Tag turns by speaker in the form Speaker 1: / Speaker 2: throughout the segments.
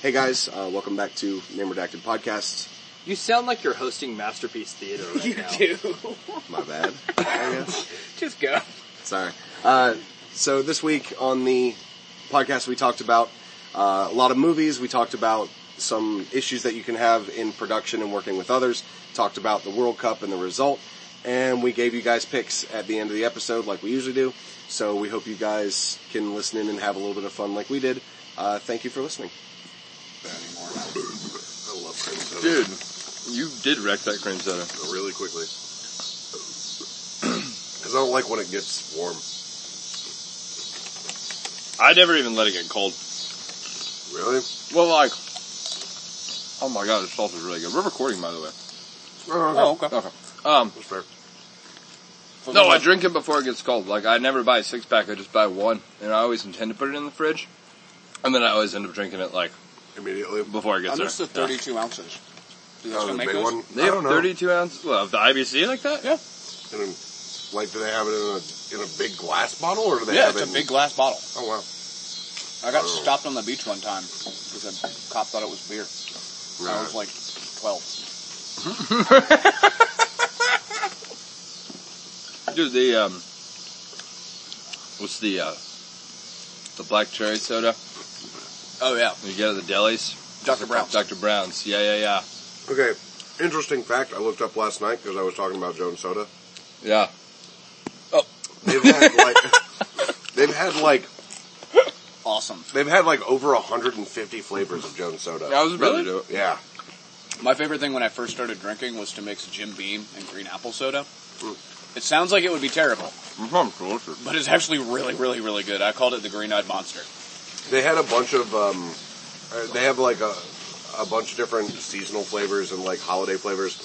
Speaker 1: Hey guys, uh, welcome back to Name Redacted Podcast.
Speaker 2: You sound like you're hosting Masterpiece Theater right
Speaker 3: You
Speaker 2: now.
Speaker 3: do.
Speaker 1: My bad, I guess.
Speaker 3: Just go.
Speaker 1: Sorry. Uh, so this week on the podcast, we talked about uh, a lot of movies. We talked about some issues that you can have in production and working with others. Talked about the World Cup and the result, and we gave you guys picks at the end of the episode, like we usually do. So we hope you guys can listen in and have a little bit of fun, like we did. Uh, thank you for listening.
Speaker 4: I love cream soda.
Speaker 5: Dude, you did wreck that cream soda.
Speaker 4: Really quickly. Because I don't like when it gets warm.
Speaker 5: I never even let it get cold.
Speaker 4: Really?
Speaker 5: Well, like, oh my god, the salt is really good. We're recording, by the way.
Speaker 4: Oh,
Speaker 5: okay. Um,
Speaker 4: That's fair.
Speaker 5: no, I drink it before it gets cold. Like, I never buy a six pack. I just buy one, and I always intend to put it in the fridge, and then I always end up drinking it like
Speaker 4: Immediately.
Speaker 5: before it gets
Speaker 3: Unless
Speaker 5: there.
Speaker 3: they're 32 ounces. Do they
Speaker 4: Oh,
Speaker 3: still
Speaker 4: the
Speaker 3: make
Speaker 4: big
Speaker 3: those?
Speaker 4: one?
Speaker 5: They
Speaker 4: I
Speaker 5: have
Speaker 4: don't know.
Speaker 5: 32 ounces. Well, of the IBC like that?
Speaker 3: Yeah.
Speaker 4: I don't- like, do they have it in a in a big glass bottle, or do they
Speaker 3: Yeah,
Speaker 4: have
Speaker 3: it's
Speaker 4: it?
Speaker 3: a
Speaker 4: in-
Speaker 3: big glass bottle.
Speaker 4: Oh wow.
Speaker 3: I got
Speaker 4: Oh.
Speaker 3: stopped on the beach one time because a cop thought it was beer. I was like 12.
Speaker 5: Dude, the um, what's the uh, the black cherry soda
Speaker 3: Oh yeah,
Speaker 5: you get at the delis?
Speaker 3: Dr. Brown's.
Speaker 5: Dr. Brown's. Yeah, yeah, yeah,
Speaker 4: Okay. Interesting fact I looked up last night because I was talking about Jones Soda.
Speaker 5: yeah.
Speaker 4: They've had like they've had like
Speaker 3: Awesome.
Speaker 4: they've had like over 150 flavors of Jones Soda.
Speaker 5: I was about
Speaker 3: Really?
Speaker 5: to do it.
Speaker 4: Yeah.
Speaker 3: My favorite thing when I first started drinking was to mix Jim Beam and green apple soda. It sounds like it would be terrible,
Speaker 5: Mhm, delicious.
Speaker 3: but it's actually really, really, really good. I called it the green-eyed monster.
Speaker 4: They had a bunch of um, uh, they have like a a bunch of different seasonal flavors and like holiday flavors,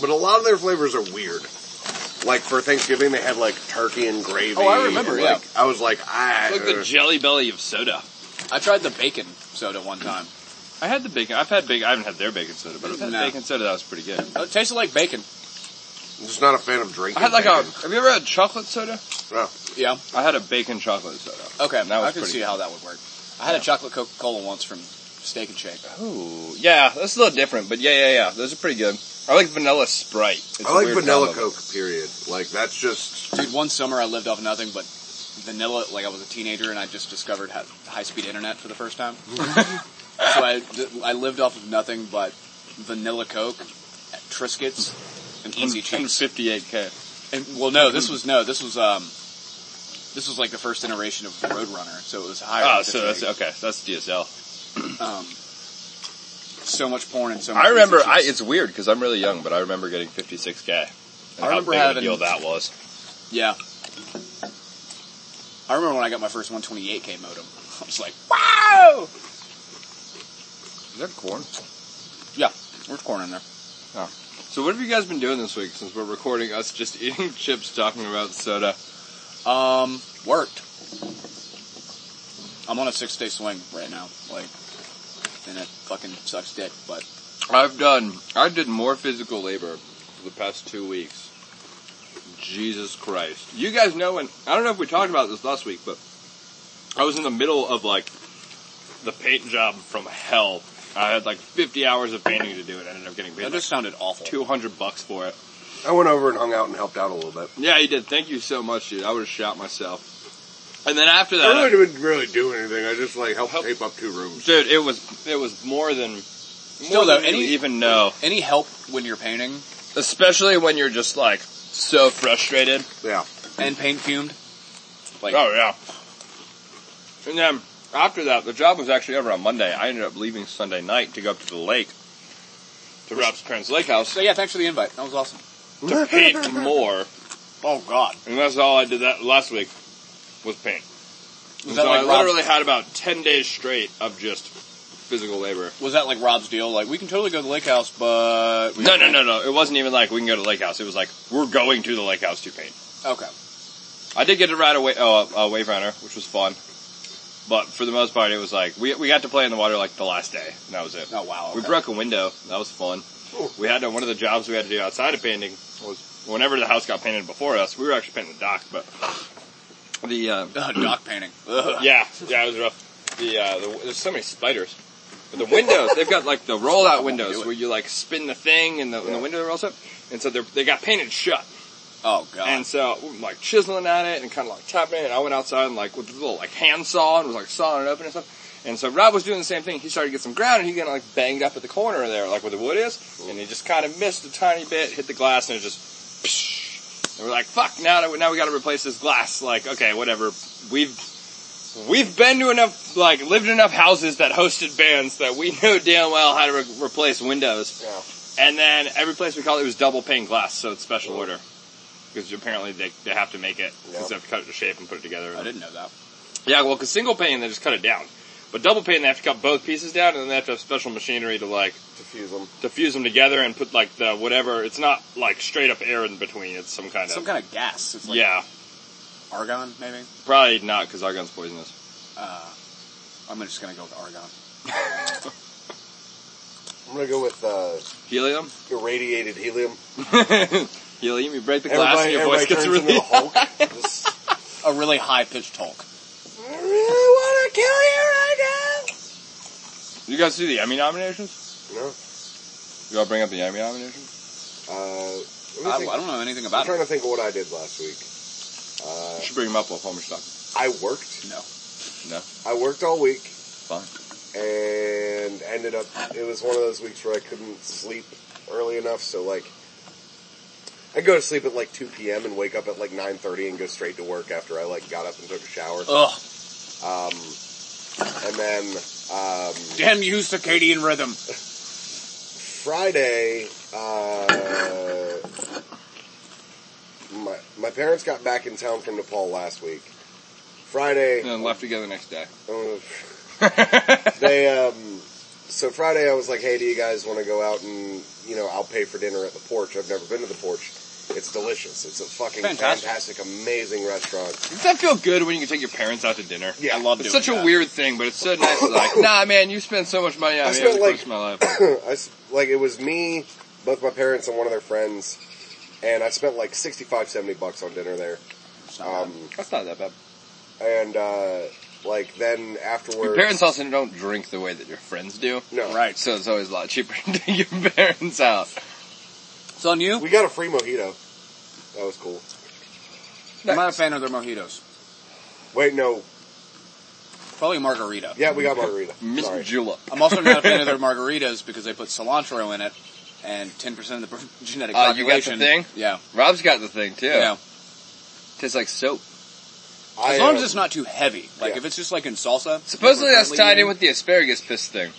Speaker 4: but a lot of their flavors are weird. Like for Thanksgiving, they had like turkey and gravy.
Speaker 3: Oh, I remember,
Speaker 4: and,
Speaker 3: yeah.
Speaker 4: Like, I was like, I
Speaker 5: Like the jelly belly of soda.
Speaker 3: I tried the bacon soda one time.
Speaker 5: I had the bacon. I've had bacon. I haven't had their bacon soda, but I've had
Speaker 3: No.
Speaker 5: bacon soda that was pretty good.
Speaker 3: Oh, It tasted like bacon.
Speaker 4: I'm just not a fan of drinking.
Speaker 5: I had like a.
Speaker 4: bacon.
Speaker 5: Have you ever had chocolate soda?
Speaker 4: No.
Speaker 3: Yeah.
Speaker 5: I had a bacon chocolate soda.
Speaker 3: Okay.
Speaker 5: And that was
Speaker 3: I can
Speaker 5: pretty
Speaker 3: see
Speaker 5: good.
Speaker 3: how that would work. I had a chocolate Coca-Cola once from Steak and Shake.
Speaker 5: Ooh, yeah, that's a little different, but yeah, yeah, yeah. Those are pretty good. I like vanilla Sprite. It's
Speaker 4: I
Speaker 5: a
Speaker 4: like
Speaker 5: weird
Speaker 4: vanilla
Speaker 5: combo.
Speaker 4: Coke. Period. Like that's just
Speaker 3: Dude, one summer I lived off nothing but vanilla. Like I was a teenager and I just discovered how high-speed internet for the first time. so I, I lived off of nothing but vanilla Coke, Triscuits, and Easy
Speaker 5: And
Speaker 3: Cheese.
Speaker 5: 58k.
Speaker 3: And well, no, this was no, this was um, this was like the first iteration of Roadrunner, so it was higher.
Speaker 5: Oh,
Speaker 3: than
Speaker 5: so
Speaker 3: 58.
Speaker 5: that's okay. That's DSL.
Speaker 3: um, so much porn and so. much
Speaker 5: I remember.
Speaker 3: Easy
Speaker 5: I
Speaker 3: Cheese.
Speaker 5: it's weird because I'm really young, but I remember getting 56k. And
Speaker 3: I
Speaker 5: how big of
Speaker 3: remember
Speaker 5: a
Speaker 3: having-
Speaker 5: deal that was.
Speaker 3: yeah. I remember when I got my first 128k modem. I was like,
Speaker 5: Wow. Is that corn?
Speaker 3: yeah, there's corn in there.
Speaker 5: So what have you guys been doing this week since we're recording us just eating chips talking about soda?
Speaker 3: Um, worked. I'm on a six day swing right now, like, and it fucking sucks dick, but
Speaker 5: I've done I did more physical labor for the past two weeks. Jesus Christ. You guys know when I don't know if we talked about this last week, but I was in the middle of like the paint job from hell. I had like fifty hours of painting to do and I ended up getting paid
Speaker 3: that just sounded awful.
Speaker 5: two hundred bucks for it.
Speaker 4: I went over and hung out and helped out a little bit.
Speaker 5: Yeah, you did. Thank you so much, dude. I would have shot myself. And then after that
Speaker 4: I really didn't really do anything. I just like helped
Speaker 5: Help.
Speaker 4: tape up two rooms.
Speaker 5: Dude, it was it was more than
Speaker 3: Still, though,
Speaker 5: than you
Speaker 3: any-
Speaker 5: even know,
Speaker 3: Any help when you're painting
Speaker 5: especially when you're just like so frustrated.
Speaker 4: Yeah.
Speaker 3: and paint fumed? Like,
Speaker 5: oh yeah. And then after that, the job was actually over on Monday. I ended up leaving Sunday night to go up to the lake to Rob's parents' lake house
Speaker 3: so yeah, thanks for the invite. That was awesome.
Speaker 5: to paint more.
Speaker 3: Oh god.
Speaker 5: And that's all I did that last week was paint. so
Speaker 3: Was that,
Speaker 5: I
Speaker 3: like Rob's,
Speaker 5: literally had about ten days straight of just physical labor.
Speaker 3: was that like Rob's deal? Like, we can totally go to the lake house, but... we-
Speaker 5: No, no, no, no. It wasn't even like we can go to the lake house. It was like we're going to the lake house to paint.
Speaker 3: Okay.
Speaker 5: I did get to ride a, wa- oh, a, a wave runner, which was fun. But for the most part, it was like we we got to play in the water like the last day, and that was it.
Speaker 3: Oh wow.
Speaker 5: We
Speaker 3: okay.
Speaker 5: broke a window. That was fun. We had to, one of the jobs we had to do outside of painting was whenever the house got painted before us. We were actually painting the dock, but the uh,
Speaker 3: Ugh, dock painting. Ugh.
Speaker 5: uh, yeah yeah it was rough. The, uh, the there's so many spiders. But the windows, they've got like the rollout windows where you like spin the thing and the, and the window rolls up. And so they're, they got painted shut.
Speaker 3: Oh god.
Speaker 5: And so we were like chiseling at it and kind of like tapping it. And I went outside and like with a little like handsaw and was like sawing it open and stuff. And so Rob was doing the same thing. He started to get some ground and he got like banged up at the corner there, like where the wood is. And he just kind of missed a tiny bit, hit the glass, and it was just. Psh, and we're like, fuck! Now that, now we got to replace this glass. Like, okay, whatever. We've we've been to enough, like lived in enough houses that hosted bands that we know damn well how to re- replace windows. And then every place we called it was double pane glass, so it's special order because apparently they, they have to make it because they have to cut it to shape and put it together.
Speaker 3: I didn't know that.
Speaker 5: Yeah, well, because single pane they just cut it down, but double pane they have to cut both pieces down, and then they have to have special machinery to like
Speaker 1: Diffuse them.
Speaker 5: to fuse them together and put like the whatever. It's not like straight up air in between. It's some kind
Speaker 3: Some
Speaker 5: of
Speaker 3: kind of gas. It's like
Speaker 5: yeah,
Speaker 3: argon, maybe.
Speaker 5: probably not because argon's poisonous.
Speaker 3: I'm just gonna go with argon.
Speaker 1: I'm gonna go with uh,
Speaker 5: Helium,
Speaker 1: irradiated helium.
Speaker 5: helium. You break the glass and your voice gets
Speaker 1: into
Speaker 5: really.
Speaker 1: a Hulk. Just-
Speaker 3: A really high pitched Hulk.
Speaker 1: I really want to kill you right
Speaker 5: You guys see the Emmy nominations?
Speaker 1: now. No.
Speaker 5: You all bring up the Emmy nominations?
Speaker 1: Uh,
Speaker 3: I,
Speaker 1: let me think.
Speaker 3: I don't know anything
Speaker 1: I'm
Speaker 3: about
Speaker 1: trying
Speaker 3: it.
Speaker 1: to think of what I did last week. Uh,
Speaker 5: you should bring them up while Homer's talking.
Speaker 1: I worked.
Speaker 3: No.
Speaker 5: No,
Speaker 1: I worked all week
Speaker 5: fine.
Speaker 1: and ended up. It was one of those weeks where I couldn't sleep early enough, so like. I go to sleep at like 2 p.m. and wake up at like 9:30 and go straight to work after I like got up and took a shower. Um,
Speaker 3: Ugh.
Speaker 1: And then um,
Speaker 3: Damn you, circadian rhythm.
Speaker 1: Friday, uh, my my parents got back in town from Nepal last week. Friday,
Speaker 5: And then left together the next day.
Speaker 1: Uh, they um so Friday I was like, "Hey, do you guys want to go out and, you know, I'll pay for dinner at the porch. I've never been to the porch. It's delicious. It's a fucking
Speaker 3: Fantastic.
Speaker 1: fantastic, amazing restaurant."
Speaker 5: Does that feel good when you can take your parents out to dinner?
Speaker 1: Yeah,
Speaker 3: I love
Speaker 5: It's
Speaker 3: doing
Speaker 5: such a
Speaker 3: that.
Speaker 5: weird thing, but it's so nice. Like, nah, man, you spend so much money on
Speaker 1: I
Speaker 5: me.
Speaker 1: spent,
Speaker 5: over the course
Speaker 1: like-
Speaker 5: of my life.
Speaker 1: I s- like it was me, both my parents and one of their friends, and I spent like 65 70 bucks on dinner there.
Speaker 3: It's not
Speaker 1: Um
Speaker 5: That's not that bad.
Speaker 1: and uh like then afterwards
Speaker 5: Your parents also don't drink the way that your friends do.
Speaker 1: No.
Speaker 3: Right.
Speaker 5: So it's always a lot cheaper to take your parents out.
Speaker 3: bad. It's on you.
Speaker 1: We got a free mojito. That was cool.
Speaker 3: I'm not a fan of their mojitos.
Speaker 1: Wait, no.
Speaker 3: Probably margarita.
Speaker 1: Yeah, we got margarita.
Speaker 5: Miss
Speaker 1: Sorry.
Speaker 5: Julep.
Speaker 3: I'm also not a fan of their margaritas because they put cilantro in it, and 10% of the genetic
Speaker 5: Oh, you got the
Speaker 3: population.
Speaker 5: thing?
Speaker 3: Yeah,
Speaker 5: Rob's got the thing too.
Speaker 3: yeah.
Speaker 5: Tastes like soap.
Speaker 1: I,
Speaker 3: As long
Speaker 1: uh,
Speaker 3: as it's not too heavy. Like
Speaker 1: Yeah.
Speaker 3: if it's just like in salsa.
Speaker 5: Supposedly that's
Speaker 3: preferably-
Speaker 5: tied in with the asparagus piss thing.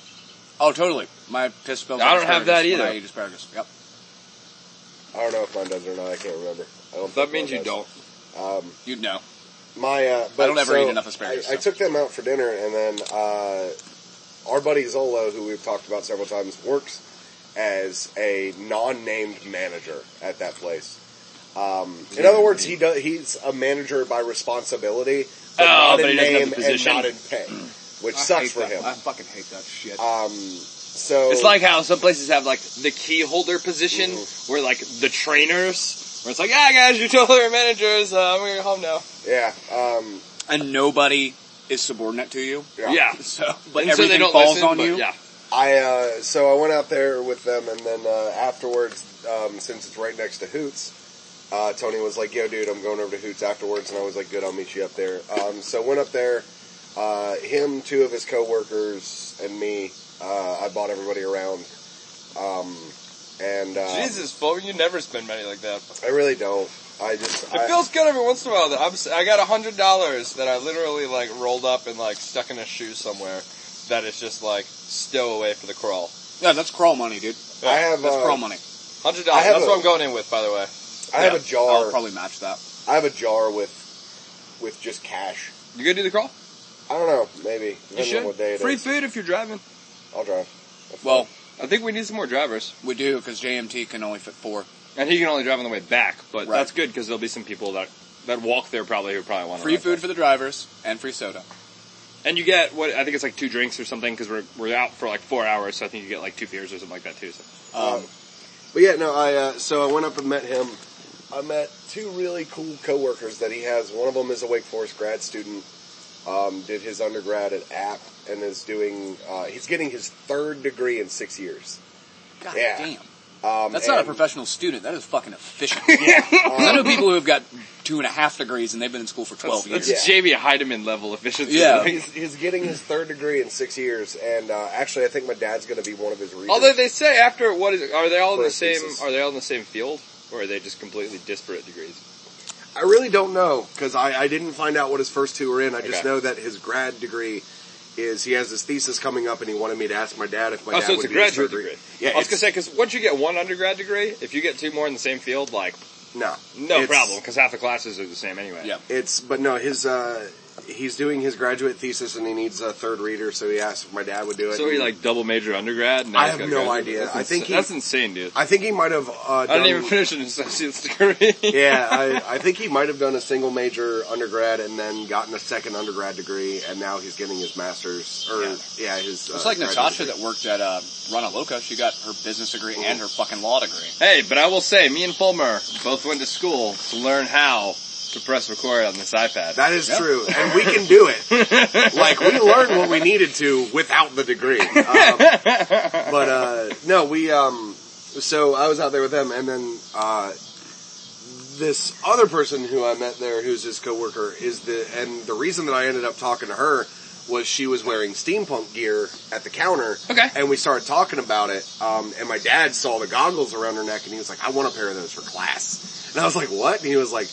Speaker 3: Oh, totally. My piss smells.
Speaker 5: I
Speaker 3: like
Speaker 5: don't have
Speaker 3: asparagus
Speaker 5: that
Speaker 3: when
Speaker 5: either.
Speaker 3: I eat asparagus. Yep.
Speaker 1: I don't know if mine does or not. I can't remember. I don't
Speaker 5: That
Speaker 1: think
Speaker 5: means
Speaker 1: mine
Speaker 5: you
Speaker 1: does.
Speaker 5: don't.
Speaker 3: You'd know.
Speaker 1: My, uh, but
Speaker 3: don't ever
Speaker 1: so
Speaker 3: eat enough asparagus,
Speaker 1: I, I
Speaker 3: so.
Speaker 1: took them out for dinner, and then uh, our buddy Zolo, who we've talked about several times, works as a non-named manager at that place. Um, in other words, he does, he's a manager by responsibility, but
Speaker 5: Oh,
Speaker 1: not
Speaker 5: but he
Speaker 1: in
Speaker 5: doesn't have
Speaker 1: name and
Speaker 5: the position.
Speaker 1: not in pay, which
Speaker 3: I hate
Speaker 1: sucks for
Speaker 3: that.
Speaker 1: him.
Speaker 3: I fucking hate that shit.
Speaker 1: so
Speaker 5: It's like how some places have like the key holder position where like the trainers where it's like, ah guys, you're totally our managers, uh, I'm gonna go home now.
Speaker 1: yeah, um,
Speaker 3: and nobody is subordinate to you.
Speaker 1: yeah.
Speaker 3: So, but
Speaker 5: And so
Speaker 3: everything
Speaker 5: they don't
Speaker 3: falls
Speaker 5: listen,
Speaker 3: on
Speaker 5: but
Speaker 3: you.
Speaker 5: Yeah.
Speaker 1: I uh, so I went out there with them, and then uh, afterwards, um, since it's right next to Hoots, uh, Tony was like, "Yo, dude, I'm going over to Hoots afterwards," and I was like, "Good, I'll meet you up there." Um, so went up there. Uh, him, two of his coworkers, and me. Uh, I bought everybody around, um, and uh,
Speaker 5: Jesus, Bo, you never spend money like that.
Speaker 1: I really don't. I just
Speaker 5: It
Speaker 1: I,
Speaker 5: feels good every once in a while. That I'm, s- I got a hundred dollars that I literally like rolled up and like stuck in a shoe somewhere. That is just like stowaway for the crawl.
Speaker 3: Yeah, that's crawl money, dude.
Speaker 1: I have
Speaker 3: That's
Speaker 1: uh,
Speaker 3: crawl money.
Speaker 5: Hundred
Speaker 1: I
Speaker 5: dollars.
Speaker 1: have
Speaker 5: That's
Speaker 1: a-
Speaker 5: what I'm going in with, by the way.
Speaker 1: I have a
Speaker 3: I'll
Speaker 1: jar.
Speaker 3: probably match that.
Speaker 1: I have a jar with with just cash.
Speaker 5: You gonna do the crawl?
Speaker 1: I don't know, maybe depending on what day it
Speaker 5: Free
Speaker 1: is.
Speaker 5: food if you're driving.
Speaker 1: I'll drive. That's
Speaker 3: Well,
Speaker 5: I think we need some more drivers,
Speaker 3: we do because JMT can only fit four.
Speaker 5: and he can only drive on the way back. But
Speaker 3: Right.
Speaker 5: that's good because there'll be some people that that walk there probably who probably want
Speaker 1: Oh,
Speaker 3: Free food for the drivers and free soda.
Speaker 5: And you get what I think it's like two drinks or something because we're we're out for like four hours, so I think you get like two beers or something like that too. So.
Speaker 3: Um,
Speaker 1: But yeah, no, I uh, so I went up and met him. I met two really cool coworkers that he has. One of them is a Wake Forest grad student. Um, did his undergrad at App. and is doing. Uh, he's getting his third degree in six years.
Speaker 6: God
Speaker 1: Yeah.
Speaker 6: damn.
Speaker 1: Um,
Speaker 6: That's not a
Speaker 1: and-
Speaker 6: professional student. That is fucking efficient. I know people who have got two and a half degrees and they've been in school for 12
Speaker 5: That's
Speaker 6: years.
Speaker 1: Yeah.
Speaker 5: Jamie Heidemann level efficiency.
Speaker 6: Yeah.
Speaker 1: He's, he's getting his third degree in six years, and uh, actually, I think my dad's going to be one of his readers.
Speaker 5: Although they say after what is are they all in
Speaker 1: For
Speaker 5: the
Speaker 1: a
Speaker 5: same
Speaker 1: thesis.
Speaker 5: are they all in the same field or are they just completely disparate degrees?
Speaker 1: I really don't know because I, I didn't find out what his first two were in. I just
Speaker 5: Okay.
Speaker 1: know that his grad degree is he has his thesis coming up, and he wanted me to ask my dad if my
Speaker 5: oh,
Speaker 1: dad
Speaker 5: so it's
Speaker 1: would
Speaker 5: a
Speaker 1: be his
Speaker 5: graduate
Speaker 1: third
Speaker 5: degree.
Speaker 1: Yeah,
Speaker 5: I was gonna
Speaker 1: it's-
Speaker 5: say because once you get one undergrad degree, if you get two more in the same field, like
Speaker 1: no,
Speaker 5: no
Speaker 1: It's-
Speaker 5: problem because half the classes are the same anyway.
Speaker 6: Yeah.
Speaker 1: It's but no, his uh, he's doing his graduate thesis, and he needs a third reader, so he asked if my dad would do it.
Speaker 5: So he like double major undergrad. And now
Speaker 1: I
Speaker 5: he's
Speaker 1: have
Speaker 5: got
Speaker 1: no
Speaker 5: graduate.
Speaker 1: idea.
Speaker 5: That's
Speaker 1: I think
Speaker 5: insa-
Speaker 1: he-
Speaker 5: that's insane, dude.
Speaker 1: I think he might have. Uh, done,
Speaker 5: I didn't even finish an associate's degree.
Speaker 1: yeah, I, I think he might have done a single major undergrad and then gotten a second undergrad degree, and now he's getting his master's or yeah,
Speaker 6: Yeah.
Speaker 1: his.
Speaker 6: It's
Speaker 1: uh,
Speaker 6: like
Speaker 1: graduate
Speaker 6: Natasha
Speaker 1: degree.
Speaker 6: that worked at uh, Rana Loca. She got her business degree and her fucking law degree.
Speaker 5: Hey, but I will say, me and Fulmer both went to school to learn how to press record on this iPad.
Speaker 1: That is
Speaker 6: Yep.
Speaker 1: true, and we can do it. like we learned what we needed to without the degree. Um, but uh, no, we. Um, so I was out there with them, and then uh, this other person who I met there, who's his coworker, is the and the reason that I ended up talking to her was she was wearing steampunk gear at the counter.
Speaker 5: Okay.
Speaker 1: and we started talking about it. Um, and my dad saw the goggles around her neck, and he was like, "I want a pair of those for class." And I was like, "What?" And he was like.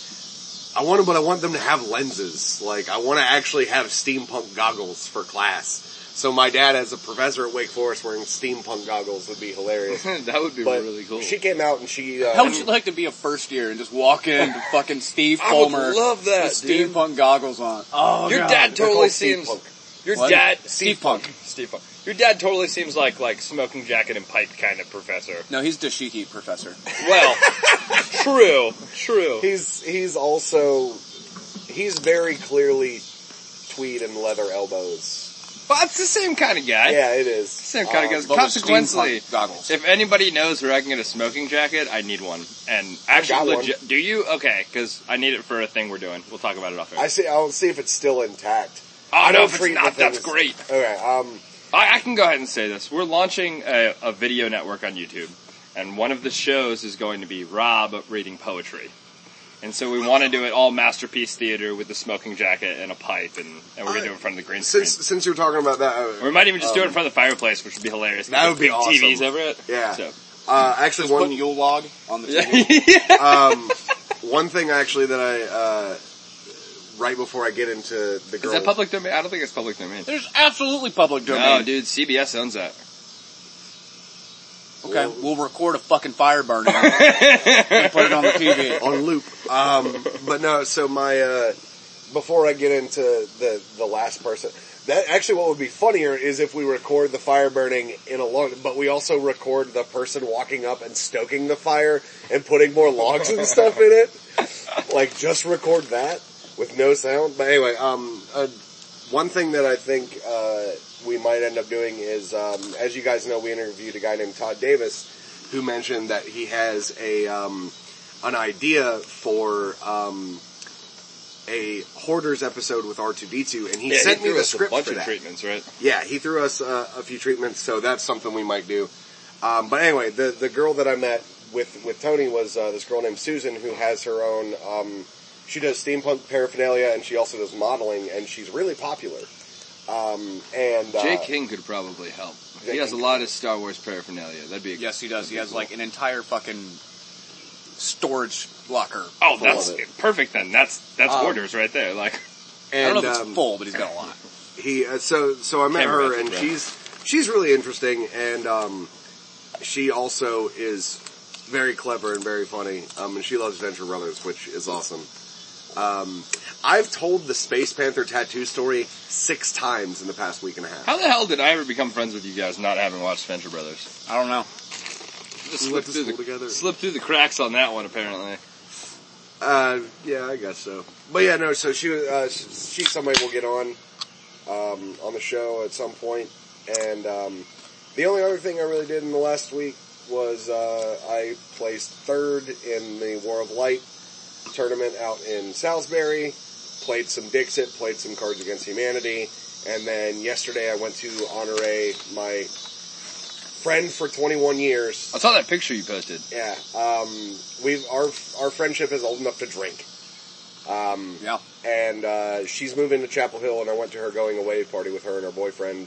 Speaker 1: I want them, but I want them to have lenses. Like, I want to actually have steampunk goggles for class. So my dad, as a professor at Wake Forest, wearing steampunk goggles would be hilarious.
Speaker 5: that would be
Speaker 1: But
Speaker 5: really cool.
Speaker 1: she came out and she. Uh,
Speaker 6: How would you like to be a first year and just walk in to fucking Steve
Speaker 5: I would
Speaker 6: Fulmer
Speaker 5: love that,
Speaker 6: with
Speaker 5: dude.
Speaker 6: steampunk goggles on? Oh,
Speaker 5: Your
Speaker 6: God.
Speaker 5: dad
Speaker 1: They're called
Speaker 5: totally seems.
Speaker 1: steampunk.
Speaker 5: Your
Speaker 6: What?
Speaker 5: dad,
Speaker 6: Steve Punk.
Speaker 5: Steve Punk. Your dad totally seems like like smoking jacket and pipe kind of professor.
Speaker 6: No, he's Dashiki professor.
Speaker 5: Well, true, true.
Speaker 1: He's he's also he's very clearly tweed and leather elbows.
Speaker 5: Well, that's the same kind of guy.
Speaker 1: Yeah, Uh, it is.
Speaker 5: Same kind of guy.
Speaker 6: Um, but with
Speaker 5: Consequently,
Speaker 6: steampunk goggles.
Speaker 5: if anybody knows where I can get a smoking jacket, I need one. And
Speaker 1: got
Speaker 5: actually,
Speaker 1: one.
Speaker 5: legit, do you? Okay, because I need it for a thing we're doing. We'll talk about it off air.
Speaker 1: I see. I'll see if it's still intact.
Speaker 5: Oh,
Speaker 1: don't
Speaker 5: no, if it's
Speaker 1: treat the
Speaker 5: not, that's
Speaker 1: things-
Speaker 5: great.
Speaker 1: Okay. Um.
Speaker 5: I, I can go ahead and say this. We're launching a, a video network on YouTube, and one of the shows is going to be Rob reading poetry. And so we want to do it all masterpiece theater with the smoking jacket and a pipe, and, and we're going to do it in front of the green screen.
Speaker 1: Since since you're talking about that,
Speaker 5: Or
Speaker 1: uh,
Speaker 5: we might even just do it in front of the fireplace, which would be hilarious.
Speaker 1: That would be
Speaker 5: Big TVs
Speaker 1: awesome.
Speaker 5: over it.
Speaker 1: Yeah.
Speaker 5: So.
Speaker 1: uh, actually,
Speaker 6: Just
Speaker 1: one
Speaker 6: putting Yule log on the table.
Speaker 1: um, one thing actually that I uh, right before I get into the
Speaker 5: Is
Speaker 1: girl,
Speaker 5: that public domain? I don't think it's public domain.
Speaker 6: There's absolutely public
Speaker 5: No,
Speaker 6: domain.
Speaker 5: dude, CBS owns that.
Speaker 6: okay, we'll record a fucking fire burning and put it on the TV.
Speaker 1: on loop. Um, but no, so my uh, before I get into the the last person, that actually what would be funnier is if we record the fire burning in a log, but we also record the person walking up and stoking the fire and putting more logs and stuff in it. Like just record that with no sound. But anyway, um, uh, one thing that I think uh, we might end up doing is, um, as you guys know, we interviewed a guy named Todd Davis who mentioned that he has a um, an idea for um, a hoarders episode with R two D two, and he
Speaker 5: Yeah,
Speaker 1: sent
Speaker 5: he
Speaker 1: me
Speaker 5: threw
Speaker 1: the
Speaker 5: us a
Speaker 1: script
Speaker 5: bunch
Speaker 1: for
Speaker 5: of
Speaker 1: that.
Speaker 5: treatments, right?
Speaker 1: Yeah, he threw us uh, a few treatments, so that's something we might do. Um, but anyway, the the girl that I met with with Tony was uh, this girl named Susan who has her own. Um, she does steampunk paraphernalia and she also does modeling, and she's really popular. Um, and uh,
Speaker 5: Jay King could probably help.
Speaker 1: Jay
Speaker 5: he has
Speaker 1: King
Speaker 5: a lot of Star Wars paraphernalia. That'd be a
Speaker 6: Yes, he does. He has like an entire fucking storage locker.
Speaker 5: Oh,
Speaker 1: full
Speaker 5: that's
Speaker 1: of it.
Speaker 5: perfect. Then that's that's
Speaker 6: Um,
Speaker 5: orders right there. Like
Speaker 1: and,
Speaker 6: I don't know if it's
Speaker 1: um,
Speaker 6: full, but he's got a lot.
Speaker 1: he uh, so so I met
Speaker 5: Camera
Speaker 1: her
Speaker 5: method,
Speaker 1: and
Speaker 5: bro.
Speaker 1: she's she's really interesting and um, she also is very clever and very funny um, and she loves Venture Brothers which is awesome. Um, I've told the Space Panther tattoo story six times in the past week and a half.
Speaker 5: how the hell did I ever become friends with you guys not having watched Venture Brothers?
Speaker 6: I don't know.
Speaker 5: Just
Speaker 1: We
Speaker 5: slipped
Speaker 1: went to
Speaker 5: through the
Speaker 1: school together.
Speaker 5: slipped through the cracks on that one apparently.
Speaker 1: Uh, yeah, I guess so. But yeah, no. So she was uh, sh- she's somebody we'll get on um, on the show at some point. And um, the only other thing I really did in the last week was uh, I placed third in the War of Light tournament out in Salisbury. Played some Dixit, played some Cards Against Humanity, And then yesterday I went to honore my friend for 21 years.
Speaker 2: I saw that picture you posted.
Speaker 1: Yeah, um, we've our our friendship is old enough to drink. Um,
Speaker 3: Yeah.
Speaker 1: and uh, she's moving to Chapel Hill, and I went to her going away party with her and her boyfriend,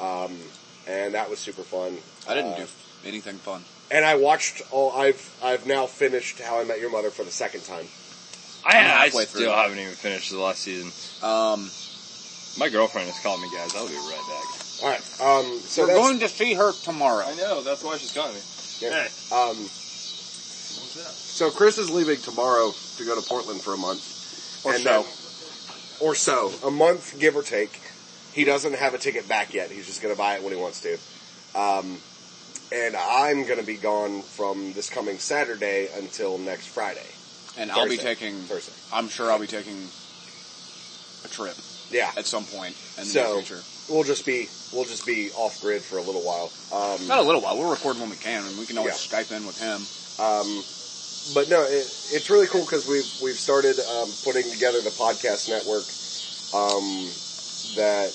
Speaker 1: um, and that was super fun.
Speaker 3: I didn't
Speaker 1: Uh,
Speaker 3: do anything fun.
Speaker 1: And I watched all. I've I've now finished How I Met Your Mother for the second time.
Speaker 2: I,
Speaker 3: I'm
Speaker 2: I
Speaker 3: halfway
Speaker 2: still
Speaker 3: through.
Speaker 2: haven't even finished the last season.
Speaker 3: Um,
Speaker 2: My girlfriend has called me, guys. I'll be right back.
Speaker 1: All right. Um, so
Speaker 3: we're
Speaker 1: that's,
Speaker 3: going to see her tomorrow.
Speaker 2: know. That's why she's calling me.
Speaker 1: yeah.
Speaker 2: Hey.
Speaker 1: Um,
Speaker 7: So Chris is leaving tomorrow to go to Portland for a month.
Speaker 1: or
Speaker 7: And
Speaker 1: so,
Speaker 7: then-
Speaker 1: or so, a month give or take. He doesn't have a ticket back yet. He's just going to buy it when he wants to. Um, and I'm going to be gone from this coming Saturday until next Friday,
Speaker 3: And I'll be
Speaker 1: Thursday.
Speaker 3: taking,
Speaker 1: Thursday.
Speaker 3: I'm sure I'll be taking a trip
Speaker 1: Yeah.
Speaker 3: at some point in the
Speaker 1: So-
Speaker 3: near future.
Speaker 1: We'll just be we'll just be off grid for a little while. Um,
Speaker 3: Not a little while. We'll record when we can, and we can always
Speaker 1: Yeah.
Speaker 3: Skype in with him.
Speaker 1: Um, but no, it, it's really cool because we've we've started um, putting together the podcast network um, that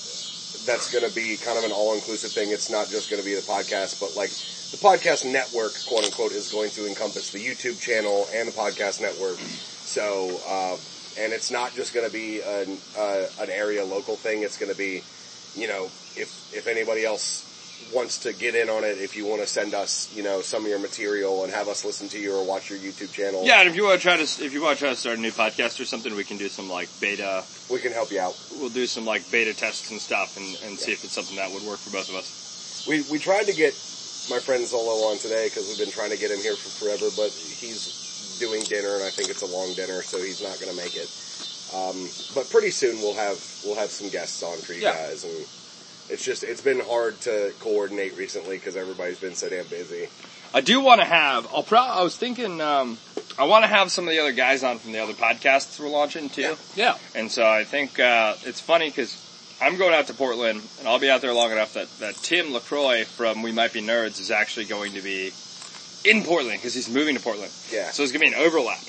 Speaker 1: that's going to be kind of an all inclusive thing. It's not just going to be the podcast, but like the podcast network, quote unquote, is going to encompass the YouTube channel and the podcast network. So, uh, and it's not just going to be an uh, an area local thing. It's going to be, you know, if if anybody else wants to get in on it, if you want to send us, you know, some of your material and have us listen to you or watch your YouTube channel,
Speaker 2: Yeah, and if you want to try to, if you want to try to start a new podcast or something, we can do some like beta.
Speaker 1: we can help you out.
Speaker 2: We'll do some like beta tests and stuff, and, and see if it's something that would work for both of us.
Speaker 1: We we tried to get my friend Zolo on today because we've been trying to get him here for forever, but he's doing dinner, and I think it's a long dinner, so he's not going to make it. Um, but pretty soon we'll have we'll have some guests on for you
Speaker 3: Yeah.
Speaker 1: guys, and it's just it's been hard to coordinate recently because everybody's been so damn busy.
Speaker 2: I do want to have. I'll pro. I was thinking. Um, I want to have some of the other guys on from the other podcasts we're launching too.
Speaker 3: Yeah.
Speaker 2: And so I think uh, it's funny because I'm going out to Portland, and I'll be out there long enough that, that Tim Lacroix from We Might Be Nerds is actually going to be in Portland because he's moving to Portland.
Speaker 1: Yeah.
Speaker 2: So it's going to be an overlap.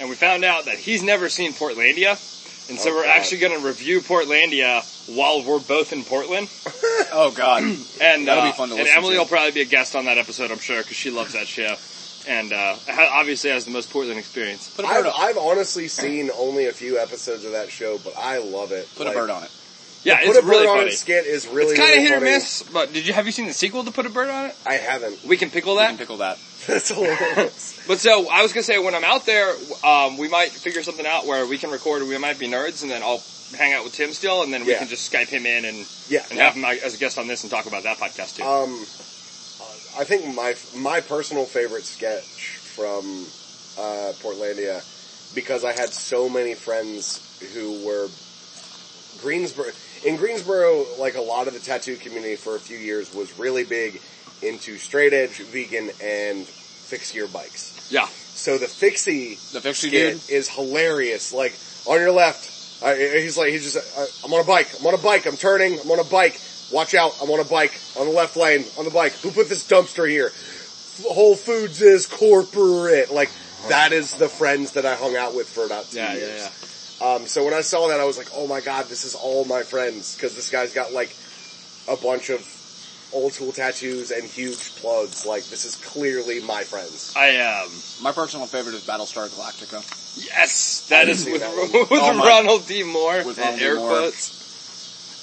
Speaker 2: And we found out that he's never seen Portlandia, and so
Speaker 1: Oh,
Speaker 2: we're
Speaker 1: God.
Speaker 2: actually going to review Portlandia while we're both in Portland.
Speaker 3: Oh God.
Speaker 2: And
Speaker 3: That'll
Speaker 2: uh,
Speaker 3: be fun to
Speaker 2: and
Speaker 3: listen
Speaker 2: Emily
Speaker 3: to.
Speaker 2: will probably be a guest on that episode, I'm sure, because she loves that show. And uh, ha- obviously has the most Portland experience.
Speaker 3: Put a
Speaker 1: I've,
Speaker 3: bird on.
Speaker 1: I've honestly seen only a few episodes of that show, but I love it.
Speaker 3: Put a bird on it.
Speaker 2: Yeah,
Speaker 1: Put
Speaker 2: it's
Speaker 1: a bird
Speaker 2: really
Speaker 1: on
Speaker 2: funny.
Speaker 1: it skit is really
Speaker 2: it's kind of
Speaker 1: really
Speaker 2: hit or
Speaker 1: funny.
Speaker 2: miss, but did you have you seen the sequel to Put a Bird on It?
Speaker 1: I haven't.
Speaker 2: We can pickle
Speaker 3: We can
Speaker 2: that.
Speaker 3: pickle that.
Speaker 1: That's a little.
Speaker 2: But so I was gonna say when I'm out there, um, we might figure something out where we can record. We might be nerds, and then I'll hang out with Tim still, and then we
Speaker 1: Yeah.
Speaker 2: can just Skype him in and
Speaker 1: Yeah.
Speaker 2: and have him like, as a guest on this and talk about that podcast too.
Speaker 1: Um, I think my my personal favorite sketch from uh, Portlandia because I had so many friends who were Greensboro in Greensboro. Like a lot of the tattoo community for a few years was really big into straight edge, vegan, and fix gear bikes.
Speaker 2: yeah,
Speaker 1: So the fixie
Speaker 3: The fixie
Speaker 1: skit
Speaker 3: dude.
Speaker 1: is hilarious. Like on your left, I, he's like he's just I, I'm on a bike. I'm on a bike. I'm turning. I'm on a bike. Watch out! I'm on a bike on the left lane on the bike. Who put this dumpster here? F- Whole Foods is corporate. Like that is the friends that I hung out with for about two
Speaker 2: yeah, yeah,
Speaker 1: years.
Speaker 2: yeah.
Speaker 1: Um, so when I saw that, I was like, oh my god, this is all my friends because this guy's got like a bunch of old school tattoos and huge plugs. Like this is clearly my friends.
Speaker 2: I um,
Speaker 3: My personal favorite is Battlestar Galactica.
Speaker 2: yes, that
Speaker 1: didn't
Speaker 2: is
Speaker 1: see
Speaker 2: with,
Speaker 1: that one.
Speaker 2: with
Speaker 3: Oh my-
Speaker 2: Ronald D. Moore and
Speaker 3: With Ronald D.
Speaker 2: air
Speaker 3: Moore.
Speaker 2: quotes.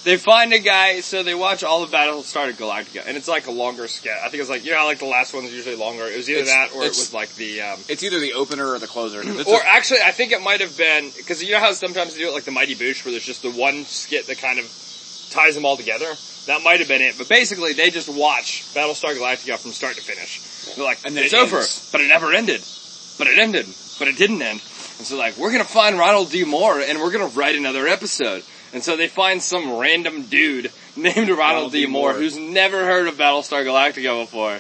Speaker 2: They find a guy, so they watch all of Battlestar Galactica, and it's like a longer skit. I think it's like you know, how, like the last one's usually longer. It was either
Speaker 3: It's-
Speaker 2: that or it
Speaker 3: it's-
Speaker 2: was like the um,
Speaker 3: It's either the opener or the closer. It's
Speaker 2: Or
Speaker 3: a-
Speaker 2: actually, I think it might have been because you know how sometimes they do it like the Mighty Boosh, where there's just the one skit that kind of ties them all together. That might have been it, but basically they just watch Battlestar Galactica from start to finish. They're like,
Speaker 3: And then
Speaker 2: it's
Speaker 3: it
Speaker 2: over,
Speaker 3: ends.
Speaker 2: but it never ended, but it ended, but it didn't end. And so like, we're gonna find Ronald D. Moore and we're gonna write another episode. And so they find some random dude named Ronald,
Speaker 3: Ronald
Speaker 2: D.
Speaker 3: D.
Speaker 2: Moore
Speaker 3: Moore.
Speaker 2: who's never heard of Battlestar Galactica before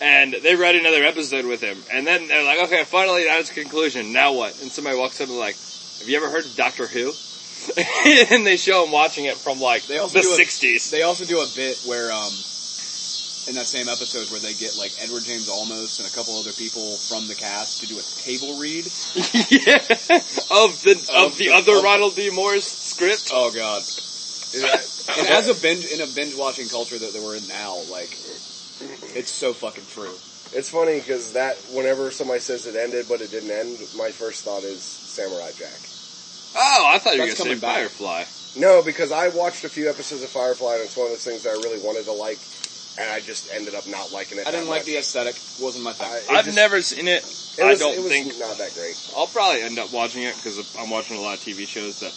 Speaker 2: and they write another episode with him. And then they're like, okay, finally, that's conclusion. Now what? And somebody walks up and like, have you ever heard of Doctor Who? and they show him watching it from like
Speaker 3: They
Speaker 2: the
Speaker 3: also do a-
Speaker 2: 60s.
Speaker 3: They also do a bit where, um, in that same episode where they get like Edward James Olmos and a couple other people from the cast to do a table read.
Speaker 2: yeah. Of the, of,
Speaker 3: Of
Speaker 2: the,
Speaker 3: the- Oh,
Speaker 2: other
Speaker 3: of-
Speaker 2: Ronald D. Moore's script.
Speaker 3: Oh god. and as a binge in a binge watching culture that, that we're in now, like it's so fucking true.
Speaker 1: It's funny because that whenever somebody says it ended but it didn't end, my first thought is Samurai Jack.
Speaker 2: Oh, I thought you were
Speaker 3: That's
Speaker 2: going to say
Speaker 3: coming back.
Speaker 2: Firefly.
Speaker 1: No, because I watched a few episodes of Firefly, and it's one of those things that I really wanted to like, and I just ended up not liking it.
Speaker 3: I didn't
Speaker 1: that
Speaker 3: like
Speaker 1: much.
Speaker 3: the aesthetic; wasn't my thing.
Speaker 1: I- it
Speaker 2: I've
Speaker 1: just-
Speaker 2: never seen it.
Speaker 1: It
Speaker 2: I
Speaker 1: was,
Speaker 2: don't
Speaker 1: it was
Speaker 2: think
Speaker 1: not that great.
Speaker 2: I'll probably end up watching it because I'm watching a lot of TV shows that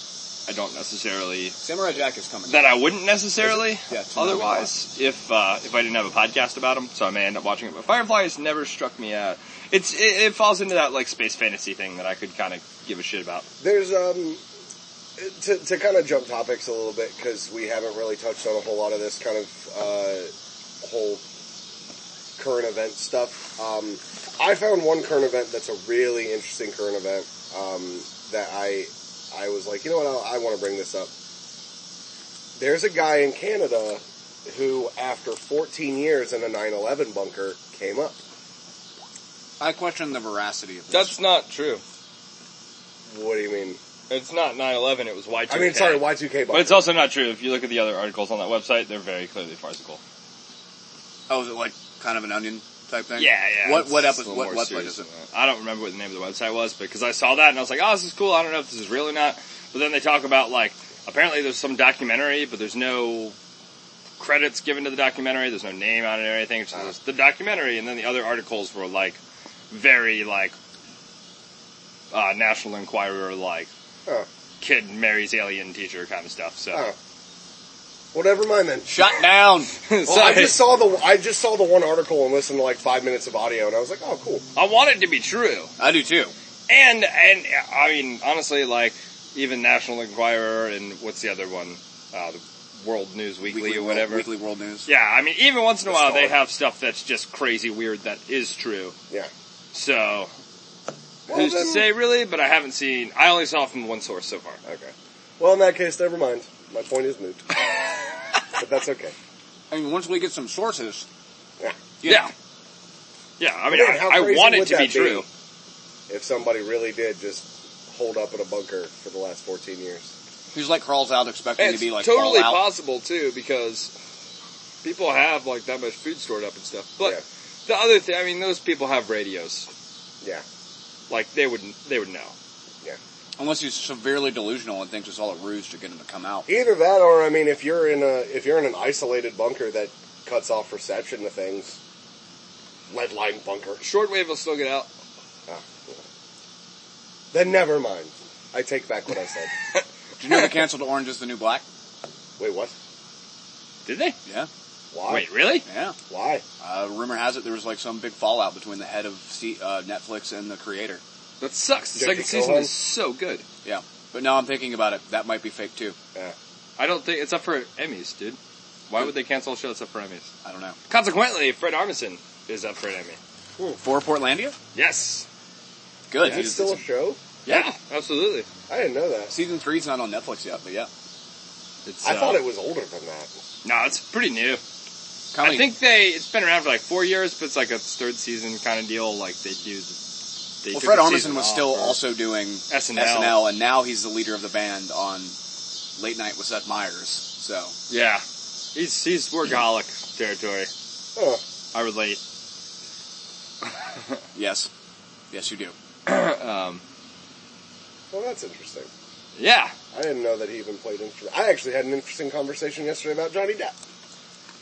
Speaker 2: I don't necessarily
Speaker 3: Samurai Jack is coming.
Speaker 2: that I wouldn't necessarily
Speaker 3: Yeah, it's
Speaker 2: otherwise if uh, if I didn't have a podcast about them. So I may end up watching it. But Firefly has never struck me. Uh, it's it, it falls into that like space fantasy thing that I could kind of give a shit about.
Speaker 1: There's um to to kind of jump topics a little bit because we haven't really touched on a whole lot of this kind of uh, whole current event stuff. Um, I found one current event that's a really interesting current event um, that I I was like, you know what, i I want to bring this up. There's a guy in Canada who, after 14 years in a 9/11 bunker, came up.
Speaker 3: I question the veracity of this.
Speaker 2: not true.
Speaker 1: What do you mean?
Speaker 2: It's not 9/11. It was Y2K.
Speaker 1: I mean, sorry, Y2K
Speaker 2: But
Speaker 1: bunker.
Speaker 2: it's also not true. If you look at the other articles on that website, they're very clearly farcical.
Speaker 3: oh, is it like kind of an onion type thing?
Speaker 2: Yeah, yeah.
Speaker 3: What
Speaker 2: It's
Speaker 3: what
Speaker 2: just
Speaker 3: episode?
Speaker 2: a little
Speaker 3: What
Speaker 2: more
Speaker 3: website
Speaker 2: serious
Speaker 3: is it?
Speaker 2: than that. I don't remember what the name of the website was because I saw that and I was like, oh, this is cool. I don't know if this is real or not. But then they talk about like apparently there's some documentary, but there's no credits given to the documentary. There's no name on it or anything. It's
Speaker 1: Uh-huh.
Speaker 2: just the documentary, and then the other articles were like very like uh, National Enquirer like
Speaker 1: Oh.
Speaker 2: kid marries alien teacher kind of stuff. So.
Speaker 1: Oh. Well, never mind then.
Speaker 3: Shut down.
Speaker 1: Well, I
Speaker 2: Sorry.
Speaker 1: just saw the I just saw the one article and listened to like five minutes of audio, and I was like, "Oh, cool."
Speaker 2: I want it to be true.
Speaker 3: I do too.
Speaker 2: And and I mean, honestly, like even National Enquirer and what's the other one, uh, the World News Weekly, or
Speaker 3: World-
Speaker 2: whatever.
Speaker 3: Weekly World News.
Speaker 2: Yeah, I mean, even once in a
Speaker 1: The
Speaker 2: while they
Speaker 1: Star.
Speaker 2: have stuff that's just crazy weird that is true.
Speaker 1: Yeah.
Speaker 2: So
Speaker 1: Well,
Speaker 2: who's to
Speaker 1: then-
Speaker 2: say, really? But I haven't seen. I only saw from one source so far.
Speaker 1: Okay. Well, in that case, never mind. My point is moot. but that's okay.
Speaker 3: I mean, once we get some sources,
Speaker 1: Yeah.
Speaker 3: you
Speaker 2: Yeah.
Speaker 3: know,
Speaker 2: Yeah, I mean,
Speaker 1: Man, how
Speaker 2: I, I
Speaker 1: crazy
Speaker 2: want it
Speaker 1: would
Speaker 2: to be
Speaker 1: that be?
Speaker 2: true.
Speaker 1: If somebody really did just hold up in a bunker for the last 14 years,
Speaker 3: he's like crawls out expecting
Speaker 2: And
Speaker 3: to be like
Speaker 2: totally
Speaker 3: Fallout.
Speaker 2: possible too because people have like that much food stored up and stuff. But
Speaker 1: Yeah.
Speaker 2: the other thing, I mean, those people have radios.
Speaker 1: yeah,
Speaker 2: Like they would, they would know.
Speaker 3: Unless he's severely delusional and thinks it's all a ruse to get him to come out.
Speaker 1: either that or I mean, if you're in a if you're in an isolated bunker that cuts off reception to things, lead line bunker.
Speaker 2: Shortwave will still get out.
Speaker 1: Ah, yeah. Then never mind. I take back what I said.
Speaker 3: Did you know they canceled Orange is the New Black?
Speaker 1: Wait, what?
Speaker 2: Did they?
Speaker 3: Yeah,
Speaker 1: Why?
Speaker 2: Wait, really?
Speaker 3: yeah.
Speaker 1: Why?
Speaker 3: Uh, rumor has it there was like some big fallout between the head of C- uh, Netflix and the creator.
Speaker 2: That sucks. The
Speaker 1: Jake
Speaker 2: second season
Speaker 1: Gyllenhaal?
Speaker 2: is so good.
Speaker 3: Yeah, but now I'm thinking about it. That might be fake too.
Speaker 1: Yeah.
Speaker 2: I don't think it's up for Emmys, dude. Why would they cancel a show that's up for Emmys?
Speaker 3: I don't know.
Speaker 2: Consequently, Fred Armisen is up for an Emmy.
Speaker 3: For Portlandia,
Speaker 2: Yes.
Speaker 3: good.
Speaker 1: Is it
Speaker 3: It's-
Speaker 1: still a
Speaker 3: it's-
Speaker 1: show?
Speaker 2: Yeah, absolutely.
Speaker 1: I didn't know that.
Speaker 3: season three's not on Netflix yet, but yeah,
Speaker 2: It's,
Speaker 1: I
Speaker 2: uh,
Speaker 1: thought it was older than that.
Speaker 2: No, it's pretty new.
Speaker 3: comedy.
Speaker 2: I think they. It's been around for like four years, but it's like a third season kind of deal. Like they do. The, they
Speaker 3: well,
Speaker 2: took
Speaker 3: Fred
Speaker 2: a
Speaker 3: Armisen
Speaker 2: season
Speaker 3: was
Speaker 2: off
Speaker 3: still
Speaker 2: for-
Speaker 3: also doing SNL.
Speaker 2: SNL.
Speaker 3: and now he's the leader of the band on Late Night with Seth Meyers. So
Speaker 2: Yeah, he's he's workaholic territory.
Speaker 1: Huh.
Speaker 2: I relate.
Speaker 3: yes, yes, you do.
Speaker 2: Um,
Speaker 1: Well, that's interesting.
Speaker 2: yeah,
Speaker 1: I didn't know that he even played instrument. I actually had an interesting conversation yesterday about Johnny Depp.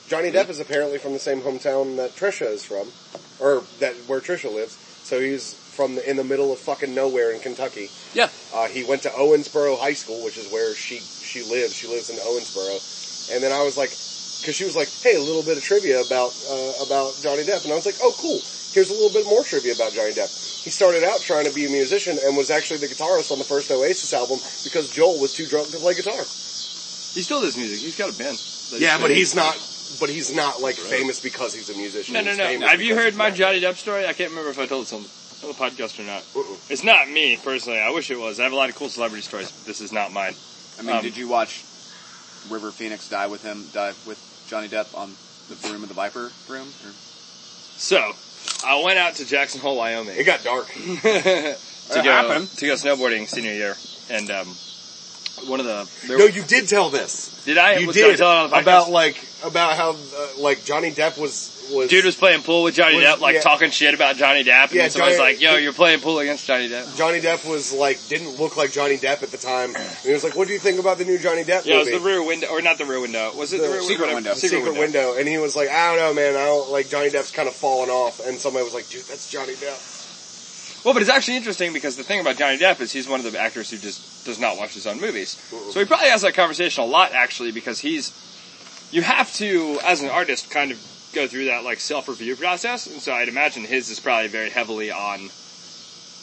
Speaker 1: Johnny Depp is apparently from the same hometown that Trisha is from, or that where Trisha lives. So he's from the, in the middle of fucking nowhere in Kentucky.
Speaker 3: Yeah,
Speaker 1: Uh, he went to Owensboro High School, which is where she she lives. She lives in Owensboro, and then I was like, because she was like, "Hey, a little bit of trivia about uh, about Johnny Depp," and I was like, "Oh, cool. Here's a little bit more trivia about Johnny Depp." He started out trying to be a musician and was actually the guitarist on the first Oasis album because Joel was too drunk to play guitar.
Speaker 2: he still does music. He's got a band. They
Speaker 1: Yeah,
Speaker 2: just-
Speaker 1: but he's not. But he's not like famous because he's a musician.
Speaker 2: No, no,
Speaker 1: He's
Speaker 2: no.
Speaker 1: famous
Speaker 2: Have you
Speaker 1: because
Speaker 2: heard
Speaker 1: he's
Speaker 2: my
Speaker 1: not.
Speaker 2: Johnny Depp story? I can't remember if I told it on on the podcast or not.
Speaker 1: Uh-uh.
Speaker 2: It's not me personally. I wish it was. I have a lot of cool celebrity stories. But this is not mine.
Speaker 3: I mean,
Speaker 2: Um,
Speaker 3: did you watch River Phoenix die with him, die with Johnny Depp on the room of the Viper room? Or?
Speaker 2: So, I went out to Jackson Hole, Wyoming.
Speaker 1: It got dark.
Speaker 2: to go
Speaker 3: happened.
Speaker 2: to go snowboarding senior year, and um, one of the. there-
Speaker 1: No, you did tell this.
Speaker 2: did I?
Speaker 1: You
Speaker 2: was-
Speaker 1: did
Speaker 2: I tell it on the podcast?
Speaker 1: about like about how uh, like Johnny Depp was was
Speaker 2: Dude was playing pool with Johnny
Speaker 1: Was-
Speaker 2: Depp, like
Speaker 1: yeah.
Speaker 2: talking shit about Johnny Depp, and
Speaker 1: Yeah,
Speaker 2: then somebody's
Speaker 1: Johnny-
Speaker 2: like, "Yo, you're playing pool against Johnny Depp."
Speaker 1: Johnny Depp was like didn't look like Johnny Depp at the time. And he was like, "What do you think about the new Johnny Depp
Speaker 2: Yeah, it was
Speaker 1: movie?"
Speaker 2: the rear window, or not the rear window? Was it the,
Speaker 1: The
Speaker 2: rear
Speaker 3: secret
Speaker 2: window?
Speaker 3: window.
Speaker 1: Secret, window. and he was like, "I don't know, man. I don't like Johnny Depp's kind of fallen off." And somebody was like, "Dude, that's Johnny Depp."
Speaker 2: Well, but it's actually interesting because the thing about Johnny Depp is he's one of the actors who just does not watch his own movies. So he probably has that conversation a lot, actually, because he's. You have to, as an artist, kind of go through that like self-review process, and so I'd imagine his is probably very heavily on,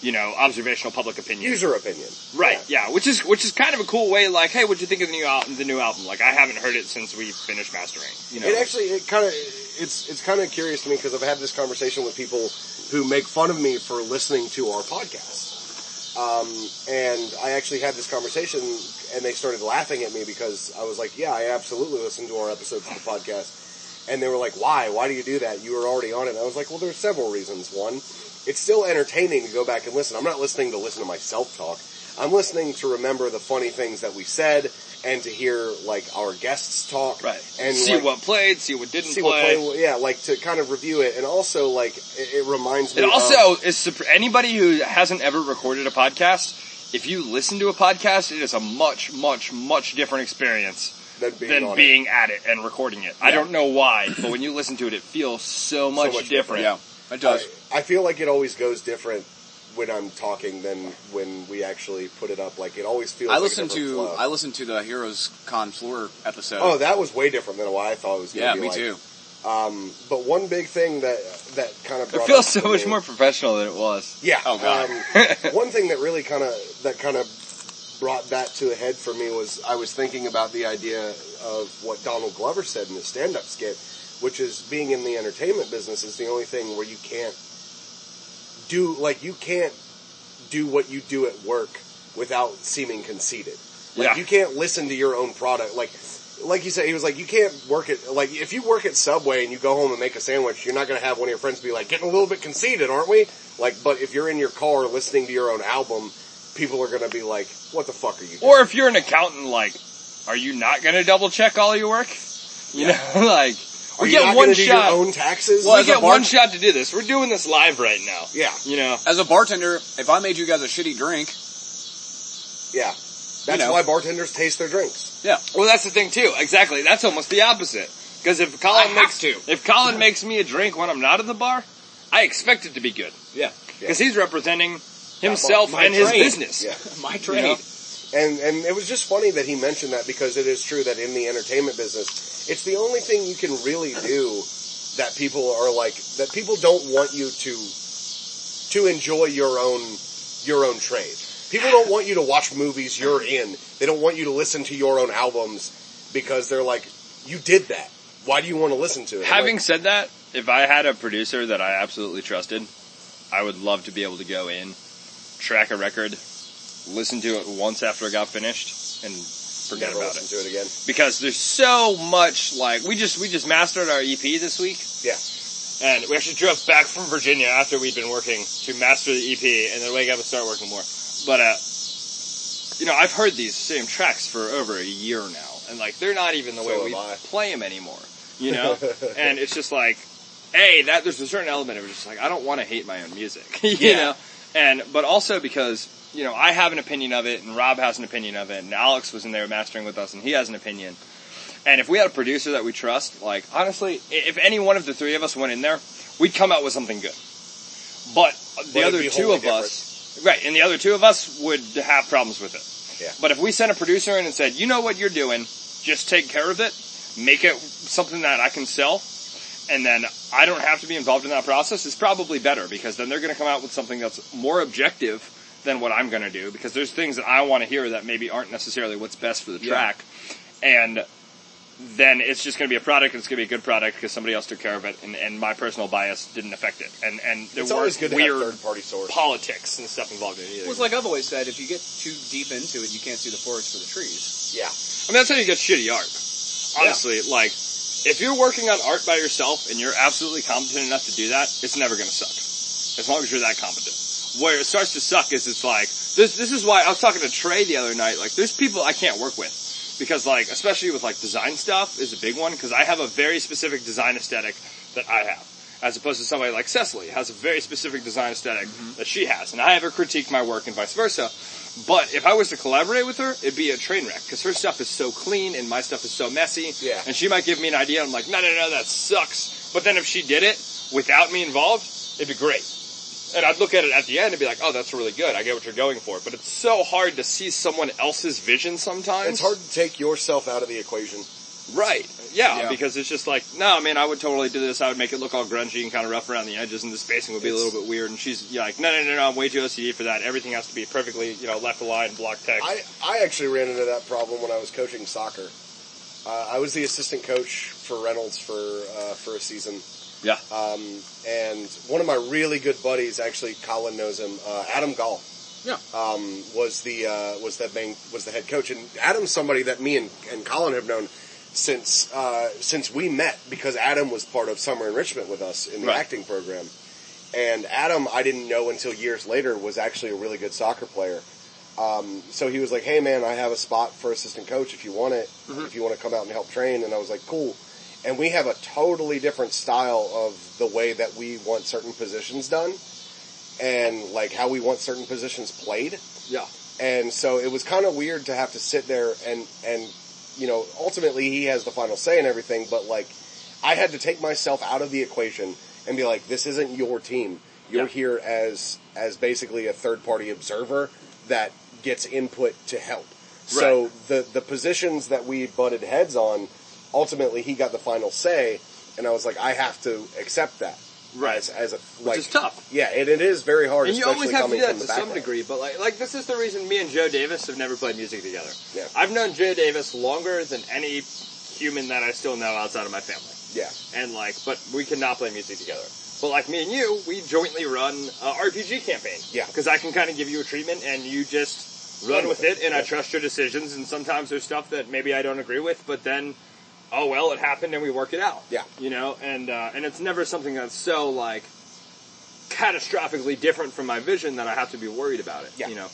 Speaker 2: you know, observational public opinion.
Speaker 1: User opinion.
Speaker 2: Right. Yeah. Which is which is kind of a cool way. Like, hey, what'd you think of the new album? The new album? Like, I haven't heard it since we finished mastering. You know.
Speaker 1: It actually, it kind of, it's it's kind of curious to me because I've had this conversation with people who make fun of me for listening to our podcast, um, and I actually had this conversation, and they started laughing at me because I was like, "Yeah, I absolutely listen to our episodes of the podcast," and they were like, "Why? Why do you do that? You were already on it." And I was like, "Well, there's several reasons. One, it's still entertaining to go back and listen. I'm not listening to listen to myself talk. I'm listening to remember the funny things that we said." And to hear like our guests talk,
Speaker 2: right.
Speaker 1: And
Speaker 2: see
Speaker 1: like,
Speaker 2: what played. See what didn't
Speaker 1: see what
Speaker 2: play.
Speaker 1: play, yeah, like to kind of review it, and also like it, it reminds me.
Speaker 2: It
Speaker 1: of-
Speaker 2: also is sup- anybody who hasn't ever recorded a podcast. If you listen to a podcast, it is a much, much, much different experience
Speaker 1: than being
Speaker 2: than
Speaker 1: on
Speaker 2: being at it and recording it. I don't know why, but when you listen to it, it feels so much,
Speaker 1: much
Speaker 2: different.
Speaker 3: Yeah, it
Speaker 1: it.
Speaker 3: does.
Speaker 1: I, I feel like it always goes different when I'm talking than when we actually put it up. Like it always feels.
Speaker 3: I
Speaker 1: like a
Speaker 3: listened
Speaker 1: different
Speaker 3: to
Speaker 1: flow.
Speaker 3: I listened to the Heroes Con Floor episode.
Speaker 1: oh, that was way different than what I thought it was. Gonna
Speaker 3: yeah,
Speaker 1: be
Speaker 3: me
Speaker 1: like.
Speaker 3: too.
Speaker 1: But one big thing that that kind of
Speaker 2: It
Speaker 1: brought
Speaker 2: feels
Speaker 1: up
Speaker 2: so
Speaker 1: to
Speaker 2: much
Speaker 1: me-
Speaker 2: more professional than it was.
Speaker 1: Yeah.
Speaker 3: Oh, God.
Speaker 1: Um, one thing that really kind of that kind of brought that to a head for me was I was thinking about the idea of what Donald Glover said in his stand-up skit, which is being in the entertainment business is the only thing where you can't do like you can't do what you do at work without seeming conceited. Like
Speaker 2: Yeah.
Speaker 1: you can't listen to your own product. Like like you said, he was like, you can't work at like if you work at Subway and you go home and make a sandwich, you're not gonna have one of your friends be like, getting a little bit conceited, aren't we? Like, but if you're in your car listening to your own album, people are gonna be like, what the fuck are you doing?
Speaker 2: Or if you're an accountant, like, are you not going to double check all your work? You know, like
Speaker 1: Are
Speaker 2: we
Speaker 1: you
Speaker 2: get
Speaker 1: not
Speaker 2: one
Speaker 1: gonna do your
Speaker 2: shot.
Speaker 1: own taxes?
Speaker 2: We
Speaker 1: Like,
Speaker 2: get one shot to do this. We're doing this live right now.
Speaker 1: yeah,
Speaker 2: You know,
Speaker 3: As a bartender, if I made you guys a shitty drink,
Speaker 1: yeah. That's
Speaker 3: know.
Speaker 1: why bartenders taste their drinks.
Speaker 3: yeah,
Speaker 2: Well, that's the thing too. Exactly. That's almost the opposite. Because if Colin makes
Speaker 3: to.
Speaker 2: if Colin makes me a drink when I'm not at the bar, I expect it to be good.
Speaker 3: yeah,
Speaker 2: Because he's representing himself
Speaker 1: My
Speaker 2: and his
Speaker 1: trade.
Speaker 2: business.
Speaker 1: Yeah.
Speaker 3: my trade.
Speaker 2: know?
Speaker 1: And and it was just funny that he mentioned that because it is true that in the entertainment business, it's the only thing you can really do that people are like that people don't want you to to enjoy your own your own trade. People don't want you to watch movies you're in. They don't want you to listen to your own albums because they're like, you did that. Why do you want to listen to it? I'm
Speaker 2: Having
Speaker 1: like,
Speaker 2: said that, if I had a producer that I absolutely trusted, I would love to be able to go in, track a record, listen to it once after it got finished, and forget
Speaker 1: never
Speaker 2: about it.
Speaker 1: listen to it again.
Speaker 2: Because there's so much like we just we just mastered our EP this week.
Speaker 1: Yeah.
Speaker 2: And we actually drove back from Virginia after we'd been working to master the EP and then wake up and start working more. But, uh, you know, I've heard these same tracks for over a year now. And, like, they're not even the
Speaker 1: So
Speaker 2: way
Speaker 1: have
Speaker 2: we
Speaker 1: I.
Speaker 2: play them anymore. You know? and it's just like, hey, that there's a certain element of just like, I don't want to hate my own music. you know? And, but also because, you know, I have an opinion of it and Rob has an opinion of it and Alex was in there mastering with us and he has an opinion. And if we had a producer that we trust, like honestly, i- if any one of the three of us went in there, we'd come out with something good. But the
Speaker 1: it'd
Speaker 2: other
Speaker 1: be
Speaker 2: two
Speaker 1: wholly
Speaker 2: of us, right, and the other two of us would have problems with it.
Speaker 1: Yeah.
Speaker 2: But if we sent a producer in and said, "You know what you're doing, just take care of it, make it something that I can sell." And then I don't have to be involved in that process. It's probably better because then they're going to come out with something that's more objective than what I'm going to do because there's things that I want to hear that maybe aren't necessarily what's best for the track. And then it's just going to be a product. and It's going to be a good product because somebody else took care of it, and, and my personal bias didn't affect it. And and there
Speaker 1: It's
Speaker 2: were
Speaker 1: always good to have
Speaker 2: weird
Speaker 1: third party source.
Speaker 2: politics and stuff involved in it. Either.
Speaker 3: Well, it's like I've always said, if you get too deep into it, you can't see the forest for the trees.
Speaker 1: Yeah.
Speaker 2: I mean, that's how you get shitty art. Honestly, like if you're working on art by yourself and you're absolutely competent enough to do that, it's never going to suck as long as you're that competent. where it starts to suck is it's like this. This is why I was talking to Trey the other night. Like, there's people I can't work with because, like, especially with like design stuff is a big one because I have a very specific design aesthetic that I have, as opposed to somebody like Cecily has a very specific design aesthetic
Speaker 1: Mm-hmm.
Speaker 2: that she has, and I have her critique my work and vice versa. But if I was to collaborate with her, it'd be a train wreck because her stuff is so clean and my stuff is so messy.
Speaker 8: Yeah.
Speaker 2: And she might give me an idea. And I'm like, no, no, no, that sucks. But then if she did it without me involved, it'd be great. And I'd look at it at the end and be like, oh, that's really good. I get what you're going for. But it's so hard to see someone else's vision sometimes.
Speaker 1: It's hard to take yourself out of the equation.
Speaker 2: Right. Yeah,
Speaker 8: Yeah.
Speaker 2: because it's just like, no, man, I would totally do this. I would make it look all grungy and kind of rough around the edges, and the spacing would be a little bit weird. And she's yeah, like, no, no, no, no, I'm way too OCD for that. Everything has to be perfectly, you know, left aligned, block text.
Speaker 1: I, I actually ran into that problem when I was coaching soccer. Uh, I was the assistant coach for Reynolds for uh, for a season, Um,
Speaker 2: yeah.
Speaker 1: and one of my really good buddies, actually Colin knows him, uh, Adam Gall.
Speaker 8: Yeah.
Speaker 1: um, was the uh, was the main was the head coach, and Adam's somebody that me and, and Colin have known since uh, since we met because Adam was part of summer enrichment with us in the
Speaker 2: Right.
Speaker 1: acting program, and Adam I didn't know until years later was actually a really good soccer player. Um, so he was like, "Hey man, I have a spot for assistant coach if you want it, if you want to come out and help train." And I was like, "Cool." And we have a totally different style of the way that we want certain positions done and like how we want certain positions played.
Speaker 2: yeah.
Speaker 1: And so it was kind of weird to have to sit there and, and, you know, ultimately he has the final say in everything, but like I had to take myself out of the equation and be like, this isn't your team. You're
Speaker 2: Yeah.
Speaker 1: here as, as basically a third party observer that gets input to help. So the, the positions that we butted heads on, ultimately he got the final say and I was like, I have to accept that.
Speaker 2: Right.
Speaker 1: As, as a, like,
Speaker 2: is tough.
Speaker 1: Yeah, and it is very hard,
Speaker 2: And you
Speaker 1: especially
Speaker 2: always have to
Speaker 1: coming
Speaker 2: do that
Speaker 1: from
Speaker 2: to
Speaker 1: the
Speaker 2: some
Speaker 1: background.
Speaker 2: degree, but like, like this is the reason me and Joe Davis have never played music together.
Speaker 1: Yeah.
Speaker 2: I've known Joe Davis longer than any human that I still know outside of my family.
Speaker 1: Yeah.
Speaker 2: and like, but we cannot play music together. But like me and you, we jointly run a RPG campaign.
Speaker 1: Yeah.
Speaker 2: Because I can kind of give you a treatment and you just run with it, and I trust your decisions. And sometimes there's stuff that maybe I don't agree with, but then, oh well, it happened and we work it out.
Speaker 1: Yeah.
Speaker 2: You know, and uh, and it's never something that's so like catastrophically different from my vision that I have to be worried about it.
Speaker 1: Yeah.
Speaker 2: You know.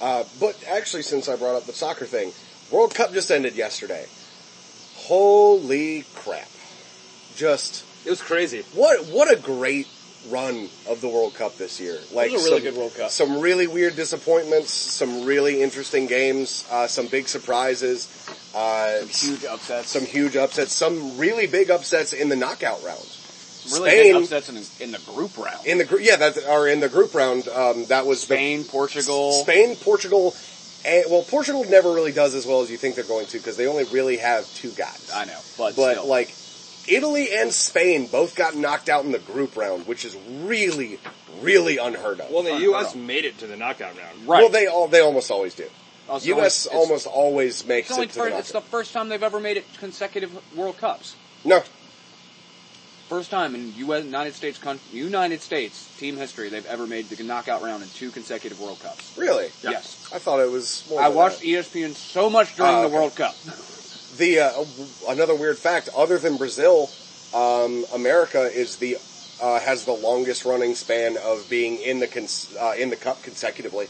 Speaker 1: Uh, but actually, since I brought up the soccer thing, World Cup just ended yesterday. Holy crap! Just
Speaker 2: It was crazy.
Speaker 1: what what a great run of the World Cup this year. Like
Speaker 9: It was a really
Speaker 1: some,
Speaker 9: good World Cup.
Speaker 1: Some really weird disappointments. Some really interesting games. Uh, some big surprises. Uh,
Speaker 8: Huge upsets.
Speaker 1: some huge upsets. Some really big upsets in the knockout round.
Speaker 8: really
Speaker 1: Spain-
Speaker 8: big upsets in, in the group round.
Speaker 1: In the gr- yeah, that are in the group round. Um, that was the
Speaker 8: Spain, Portugal.
Speaker 1: Spain, Portugal, and well, Portugal never really does as well as you think they're going to because they only really have two guys.
Speaker 8: I know, but,
Speaker 1: but
Speaker 8: still.
Speaker 1: like Italy and Spain both got knocked out in the group round, which is really, really unheard of.
Speaker 2: Well, the
Speaker 8: Unheard
Speaker 2: U.S.
Speaker 8: of.
Speaker 2: made it to the knockout round.
Speaker 8: right.
Speaker 1: Well, they all they almost always do.
Speaker 8: Also,
Speaker 1: U.S.
Speaker 8: it's-
Speaker 1: almost always makes
Speaker 3: It's, only
Speaker 1: it to the
Speaker 3: first, it's the
Speaker 1: knockout.
Speaker 3: first time they've ever made it consecutive World Cups.
Speaker 1: No,
Speaker 3: First time in U.S. United States con- United States team history they've ever made the knockout round in two consecutive World Cups.
Speaker 1: really.
Speaker 3: Yes,
Speaker 1: I thought it was. More
Speaker 3: I
Speaker 1: than
Speaker 3: watched E
Speaker 1: that.
Speaker 3: ESPN so much during
Speaker 1: Oh,
Speaker 3: the
Speaker 1: okay.
Speaker 3: World Cup.
Speaker 1: the uh, w- another weird fact. Other than Brazil, um, America is the uh, has the longest running span of being in the cons- uh, in the cup consecutively.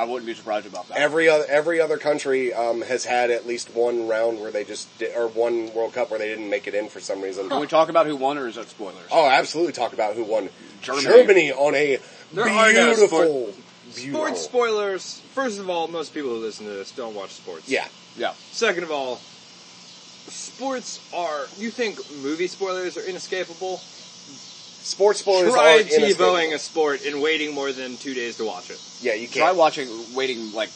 Speaker 3: I wouldn't be surprised about that.
Speaker 1: Every other every other country um, has had at least one round where they just di- or one World Cup where they didn't make it in for some reason.
Speaker 3: Can we talk about who won, or is that spoilers?
Speaker 1: Oh, absolutely! Talk about who won.
Speaker 3: Germany.
Speaker 1: on a
Speaker 2: There are no
Speaker 1: beautiful, beautiful.
Speaker 2: Sports spoilers. First of all, most people who listen to this don't watch sports.
Speaker 1: Yeah,
Speaker 3: Yeah,
Speaker 2: Second of all, sports are. You think movie spoilers are inescapable?
Speaker 1: sports spoilers
Speaker 2: Try
Speaker 1: are inescapable.
Speaker 2: TiVoing a sport and waiting more than two days to watch it.
Speaker 1: Yeah, you
Speaker 3: Try
Speaker 1: can't.
Speaker 3: watching, waiting like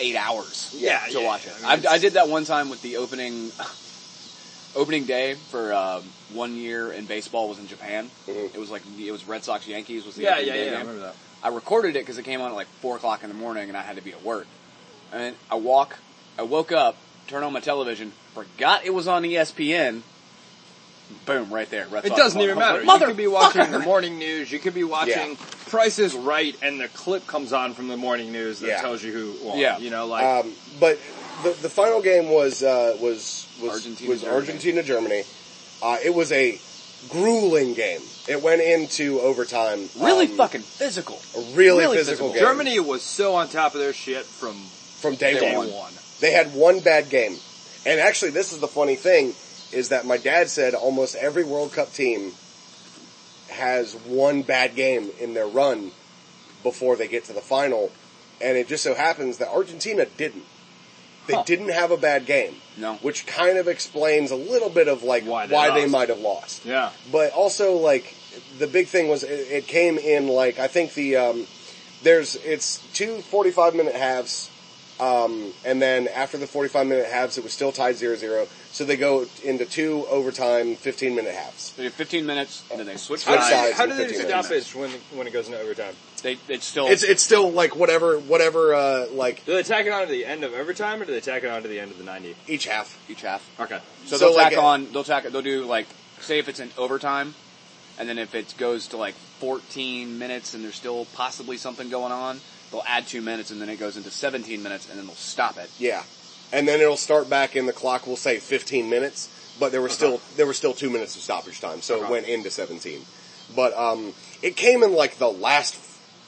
Speaker 3: eight hours.
Speaker 2: Yeah,
Speaker 3: to
Speaker 2: yeah,
Speaker 3: watch
Speaker 2: yeah.
Speaker 3: it.
Speaker 2: I
Speaker 3: I,
Speaker 2: mean,
Speaker 3: I did that one time with the opening opening day for um, one year in baseball was in Japan. It was like it was Red Sox Yankees was the opening day game.
Speaker 2: that.
Speaker 3: I recorded it because it came on at like four o'clock in the morning, and I had to be at work. And I walk, I woke up, turn on my television, forgot it was on
Speaker 6: E
Speaker 3: ESPN. Boom, right there. Red
Speaker 2: It
Speaker 3: Sox
Speaker 2: doesn't
Speaker 3: won.
Speaker 2: even
Speaker 3: I
Speaker 2: matter.
Speaker 3: was
Speaker 2: you
Speaker 3: Like,
Speaker 2: could be watching the
Speaker 3: Motherfucker!
Speaker 2: morning news. You could be watching Price is Right, and the clip comes on from the morning news that
Speaker 1: Yeah.
Speaker 2: tells you who won.
Speaker 3: Yeah.
Speaker 2: You know, like
Speaker 1: Um, but the, the final game was uh, was was
Speaker 3: Argentina,
Speaker 1: was
Speaker 3: Germany.
Speaker 1: Argentina Germany. Uh, it was a grueling game. It went into overtime.
Speaker 6: Really
Speaker 1: um,
Speaker 6: fucking physical.
Speaker 1: a really,
Speaker 6: really physical.
Speaker 1: physical, game
Speaker 10: Germany was so on top of their shit from
Speaker 1: from day,
Speaker 10: day
Speaker 1: one.
Speaker 10: one.
Speaker 1: They had one bad game. And actually, this is the funny thing, is that my dad said almost every World Cup team has one bad game in their run before they get to the final. And it just so happens that Argentina didn't. They didn't have a bad game.
Speaker 6: No.
Speaker 1: Which kind of explains a little bit of like
Speaker 10: Why
Speaker 1: why
Speaker 10: they
Speaker 1: they,
Speaker 10: lost.
Speaker 1: might have lost.
Speaker 10: Yeah.
Speaker 1: But also like, the big thing was it, it came in like, I think the, um, there's, it's two 45 minute halves, um, and then after the 45 minute halves, it was still tied 0-0. So they go into two overtime 15 minute halves.
Speaker 6: They did 15 minutes, and then they switched
Speaker 1: Switch
Speaker 6: sides.
Speaker 1: sides.
Speaker 2: How
Speaker 1: in
Speaker 2: do they
Speaker 1: 15
Speaker 2: stop
Speaker 1: minutes.
Speaker 2: it when when it goes into overtime?
Speaker 6: They, it's still
Speaker 1: It's, it's still like whatever, whatever, uh, like
Speaker 2: Do they tack it on to the end of overtime, or do they tack it on to the end of the ninety?
Speaker 1: each half.
Speaker 6: each half.
Speaker 2: Okay.
Speaker 6: So,
Speaker 1: So,
Speaker 6: they'll
Speaker 1: like,
Speaker 6: tack
Speaker 1: uh,
Speaker 6: on. They'll tack. They'll do like say if it's in overtime, and then if it goes to like 14 minutes and there's still possibly something going on, they'll add two minutes and then it goes into 17 minutes and then they'll stop it.
Speaker 1: Yeah, and then it'll start back, and the clock will say 15 minutes,
Speaker 10: Uh-huh.
Speaker 1: but there were still there were still two minutes of stoppage time, so it went into 17. But um, it came in like the last,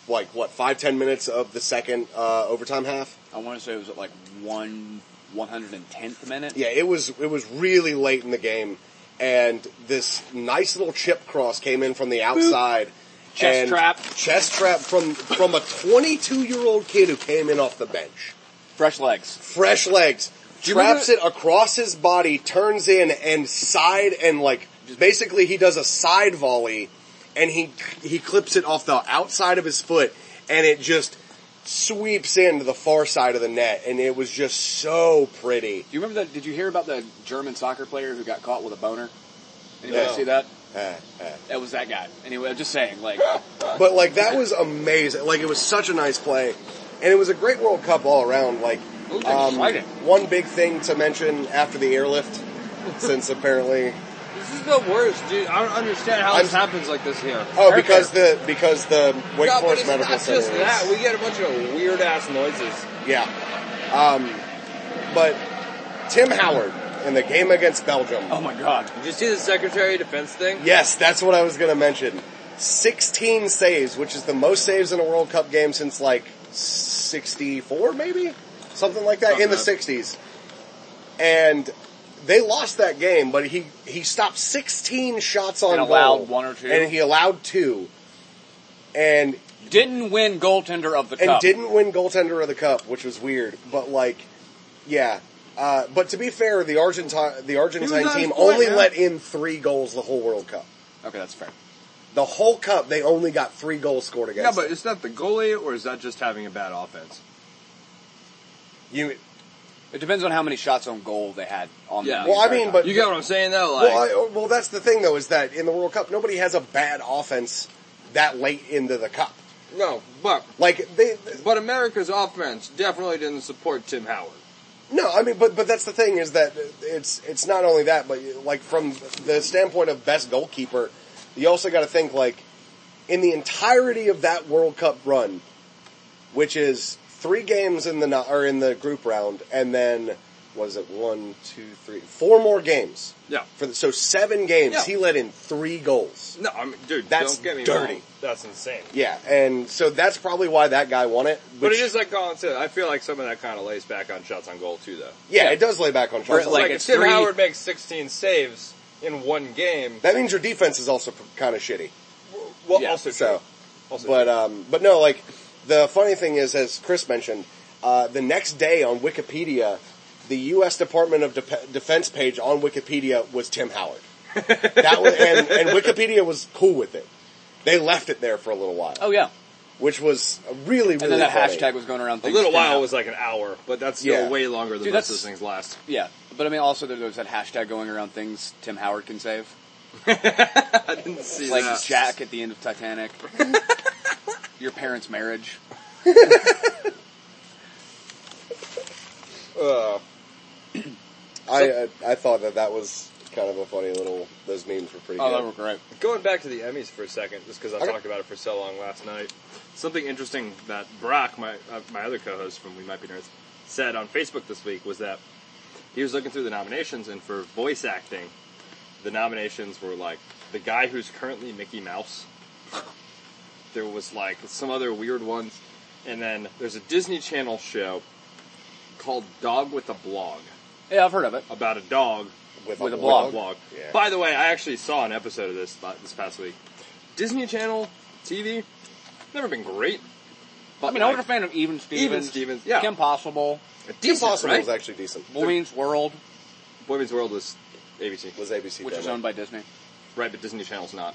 Speaker 1: like what five ten minutes of the second uh, overtime half.
Speaker 6: I want to say it was at like one 110th minute.
Speaker 1: Yeah, it was it was really late in the game, and this nice little chip cross came in from the outside.
Speaker 10: Chest
Speaker 1: and
Speaker 10: trap.
Speaker 1: Chest trap from from a 22 year old kid who came in off the bench.
Speaker 6: Fresh legs.
Speaker 1: fresh legs,
Speaker 6: you remember-
Speaker 1: traps it across his body, turns in and side and like basically he does a side volley and he he clips it off the outside of his foot and it just sweeps into the far side of the net and it was just so pretty.
Speaker 6: Do you remember that? Did you hear about the German soccer player who got caught with a boner? Anybody
Speaker 1: No.
Speaker 6: see that?
Speaker 1: Uh, uh.
Speaker 6: That was that guy. Anyway, I'm just saying, like,
Speaker 1: But like that was amazing. Like it was such a nice play, and it was a great World Cup all around. Like
Speaker 6: It was
Speaker 1: um,
Speaker 6: exciting.
Speaker 1: one big thing to mention after the airlift, since apparently
Speaker 10: This is the worst, dude. I don't understand how
Speaker 1: I'm-
Speaker 10: this happens like this here.
Speaker 1: Oh, because the because the Wake
Speaker 2: No, but
Speaker 1: Forest
Speaker 2: it's
Speaker 1: Medical
Speaker 2: not
Speaker 1: Center.
Speaker 2: just
Speaker 1: is-
Speaker 2: that. We get a bunch of weird ass noises.
Speaker 1: Yeah. Um, but Tim Howard in the game against Belgium.
Speaker 6: oh my god,
Speaker 2: Did you see the Secretary of Defense thing?
Speaker 1: Yes, that's what I was going to mention. 16 saves, which is the most saves in a World Cup game since like 64 maybe? Something like that in the 60s. And they lost that game, but he he stopped 16 shots on
Speaker 6: And
Speaker 1: goal.
Speaker 6: allowed one or two?
Speaker 1: And he allowed two. And
Speaker 6: didn't win goaltender of the
Speaker 1: and
Speaker 6: cup.
Speaker 1: didn't win goaltender of the cup, which was weird. But like, yeah. Uh, but to be fair, the Argentine the Argentine
Speaker 10: on his
Speaker 1: team
Speaker 10: point,
Speaker 1: only
Speaker 10: yeah.
Speaker 1: let in three goals the whole World Cup.
Speaker 6: Okay, that's fair.
Speaker 1: The whole cup, they only got three goals scored
Speaker 10: Yeah,
Speaker 1: against.
Speaker 10: but is that the goalie or is that just having a bad offense?
Speaker 1: you.
Speaker 6: It depends on how many shots on goal they had on.
Speaker 10: Yeah.
Speaker 6: the
Speaker 1: Well, I
Speaker 6: entire
Speaker 1: mean,
Speaker 6: time.
Speaker 1: but
Speaker 10: You get what I'm saying though? Like,
Speaker 1: well, I, well, that's the thing though is that in the World Cup, nobody has a bad offense that late into the cup.
Speaker 2: No, but
Speaker 1: Like they,
Speaker 2: but America's offense definitely didn't support Tim Howard.
Speaker 1: No, I mean, but but that's the thing is that it's it's not only that, but like from the standpoint of best goalkeeper, you also got to think like in the entirety of that World Cup run, which is three games in the no- or in the group round, and then was it one, two, three, four more games
Speaker 10: yeah.
Speaker 1: for the, so seven games.
Speaker 10: Yeah.
Speaker 1: He let in three goals.
Speaker 2: No, I mean, dude,
Speaker 1: That's
Speaker 2: don't get me
Speaker 1: dirty.
Speaker 2: wrong. That's insane.
Speaker 1: Yeah, and so that's probably why that guy won it.
Speaker 2: But
Speaker 1: which-
Speaker 2: it is like Colin said. I feel like some of that kind of lays back on shots on goal too, though.
Speaker 1: yeah, it does lay back on Charles.
Speaker 6: Like,
Speaker 2: Like, if
Speaker 6: it's
Speaker 2: Tim
Speaker 6: three-
Speaker 2: Howard makes 16 saves in one game,
Speaker 1: that means your defense is also kind of shitty.
Speaker 2: well,
Speaker 6: Yeah,
Speaker 2: also true.
Speaker 1: So.
Speaker 2: Also
Speaker 1: But um, but no, like the funny thing is, as Chris mentioned, uh, the next day on Wikipedia, the U.S. Department of Dep Defense page on Wikipedia was Tim Howard. that was, and, and Wikipedia was cool with it. They left it there for a little while,
Speaker 6: oh yeah,
Speaker 1: which was really really.
Speaker 6: and then that
Speaker 1: funny.
Speaker 6: hashtag was going around.
Speaker 2: a
Speaker 6: things
Speaker 2: little
Speaker 6: Tim
Speaker 2: while
Speaker 6: Howard.
Speaker 2: was like an hour, but that's still
Speaker 1: Yeah.
Speaker 2: way longer than
Speaker 6: Dude,
Speaker 2: most of
Speaker 6: that's-
Speaker 2: those things last.
Speaker 6: Yeah, but I mean, also there was that hashtag going around things Tim Howard can save,
Speaker 2: I didn't see
Speaker 6: like
Speaker 2: that.
Speaker 6: Jack at the end of Titanic, your parents' marriage.
Speaker 1: I uh, I thought that that was kind of a funny little. Those memes were pretty
Speaker 6: Oh, that
Speaker 1: good.
Speaker 6: were great.
Speaker 2: Going back to the Emmys for a second, just because I
Speaker 1: Okay.
Speaker 2: talked about it for so long last night. Something interesting that Brock, my uh, my other co-host from We Might Be Nerds, said on Facebook this week was that he was looking through the nominations and for voice acting, the nominations were like the guy who's currently Mickey Mouse. There was like some other weird ones, and then there's a Disney Channel show called Dog with a Blog
Speaker 6: Yeah, I've heard of it.
Speaker 2: about a dog
Speaker 4: With a
Speaker 2: with
Speaker 4: blog?
Speaker 2: blog.
Speaker 4: Yeah.
Speaker 2: By the way, I actually saw an episode of this la- this past week. Disney Channel TV never been great. But
Speaker 3: I mean, I was a fan of Even Stevens.
Speaker 2: Stevens, yeah.
Speaker 3: Kim Possible.
Speaker 2: decent,
Speaker 1: Impossible
Speaker 2: right?
Speaker 1: was actually decent.
Speaker 3: Boy Meets World.
Speaker 2: Boy Meets World was ABC,
Speaker 1: Was ABC?
Speaker 6: Which
Speaker 1: done
Speaker 6: is
Speaker 1: it.
Speaker 6: owned by Disney.
Speaker 2: right? But Disney Channel's not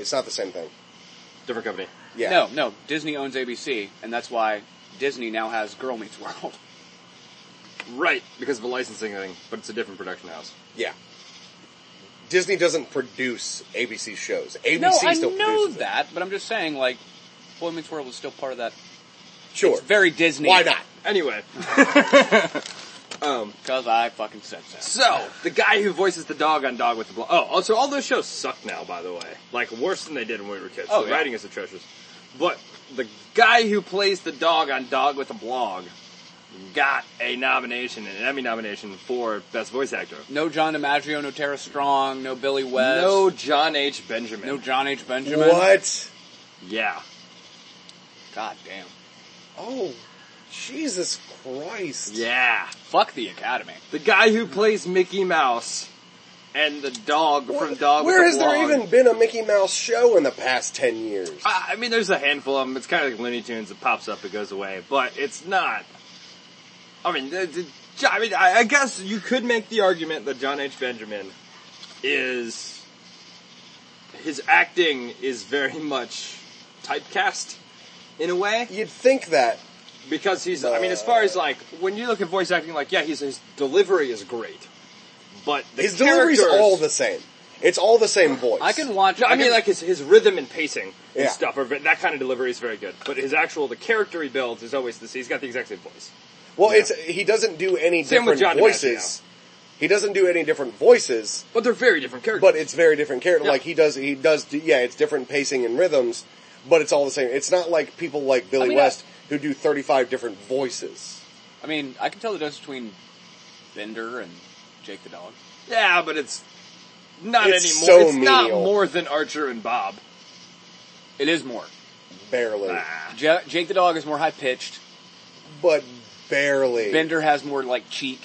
Speaker 1: It's not the same thing.
Speaker 2: different company.
Speaker 1: Yeah.
Speaker 6: No, no. Disney owns ABC, and that's why Disney now has Girl Meets World.
Speaker 2: Right, because of a licensing thing, but it's a different production house.
Speaker 1: Yeah. Disney doesn't produce ABC shows. ABC
Speaker 6: no, I
Speaker 1: still
Speaker 6: know
Speaker 1: produces it.
Speaker 6: that, but I'm just saying, like, Boy Meets World is still part of that.
Speaker 1: Sure.
Speaker 6: It's very Disney.
Speaker 1: Why not?
Speaker 2: Anyway,
Speaker 6: Because I fucking said so.
Speaker 2: so the guy who voices the dog on Dog with the Blog. Oh, also all those shows suck now, by the way. Like worse than they did when we were kids.
Speaker 6: Oh,
Speaker 2: the
Speaker 6: yeah.
Speaker 2: writing is atrocious. But the guy who plays the dog on Dog with a Blog got a nomination, an Emmy nomination for Best Voice Actor.
Speaker 6: No John DiMaggio, no Tara Strong, no Billy West.
Speaker 2: No John H. Benjamin.
Speaker 6: No John H. Benjamin.
Speaker 1: What?
Speaker 2: Yeah.
Speaker 6: God damn.
Speaker 1: Oh, Jesus Christ.
Speaker 2: Yeah.
Speaker 6: Fuck the Academy.
Speaker 2: The guy who plays Mickey Mouse and the dog from Dog
Speaker 1: Where
Speaker 2: with
Speaker 1: has
Speaker 2: a Blog.
Speaker 1: there even been a Mickey Mouse show in the past 10 years?
Speaker 2: I I mean, there's a handful of them. It's kind of like Looney Tunes. It pops up, it goes away, but it's not. I mean, the- the- I mean, I I guess you could make the argument that John H. Benjamin is his acting is very much typecast in a way
Speaker 1: You'd think that.
Speaker 2: because he's. I mean, as far as like when you look at voice acting, like yeah, his his delivery is great, but the
Speaker 1: His delivery's
Speaker 2: characters-
Speaker 1: all the same. It's all the same voice.
Speaker 6: I can watch.
Speaker 2: No, I mean
Speaker 6: can-
Speaker 2: like his his rhythm and pacing and
Speaker 1: Yeah.
Speaker 2: stuff. Are, ve- that kind of delivery is very good. But his actual the character he builds is always the He's got the exact same voice.
Speaker 1: Well, it's he doesn't do any
Speaker 2: Same with
Speaker 1: different
Speaker 2: John DiMaggio.
Speaker 1: voices. He doesn't do any different voices,
Speaker 2: But they're very different characters.
Speaker 1: but it's very different character. Like he does, he does. Do, yeah, it's different pacing and rhythms, but it's all the same. It's not like people like Billy
Speaker 6: mean,
Speaker 1: West who do thirty-five different voices.
Speaker 6: I mean, I can tell the difference between Bender and Jake the Dog.
Speaker 2: yeah, but it's not
Speaker 1: It's
Speaker 2: anymore.
Speaker 1: so
Speaker 2: it's not
Speaker 1: menial.
Speaker 2: more than Archer and Bob.
Speaker 6: It is more.
Speaker 1: Barely,
Speaker 6: Ja- Jake the Dog is more high pitched.
Speaker 1: but barely.
Speaker 6: Bender has more like cheek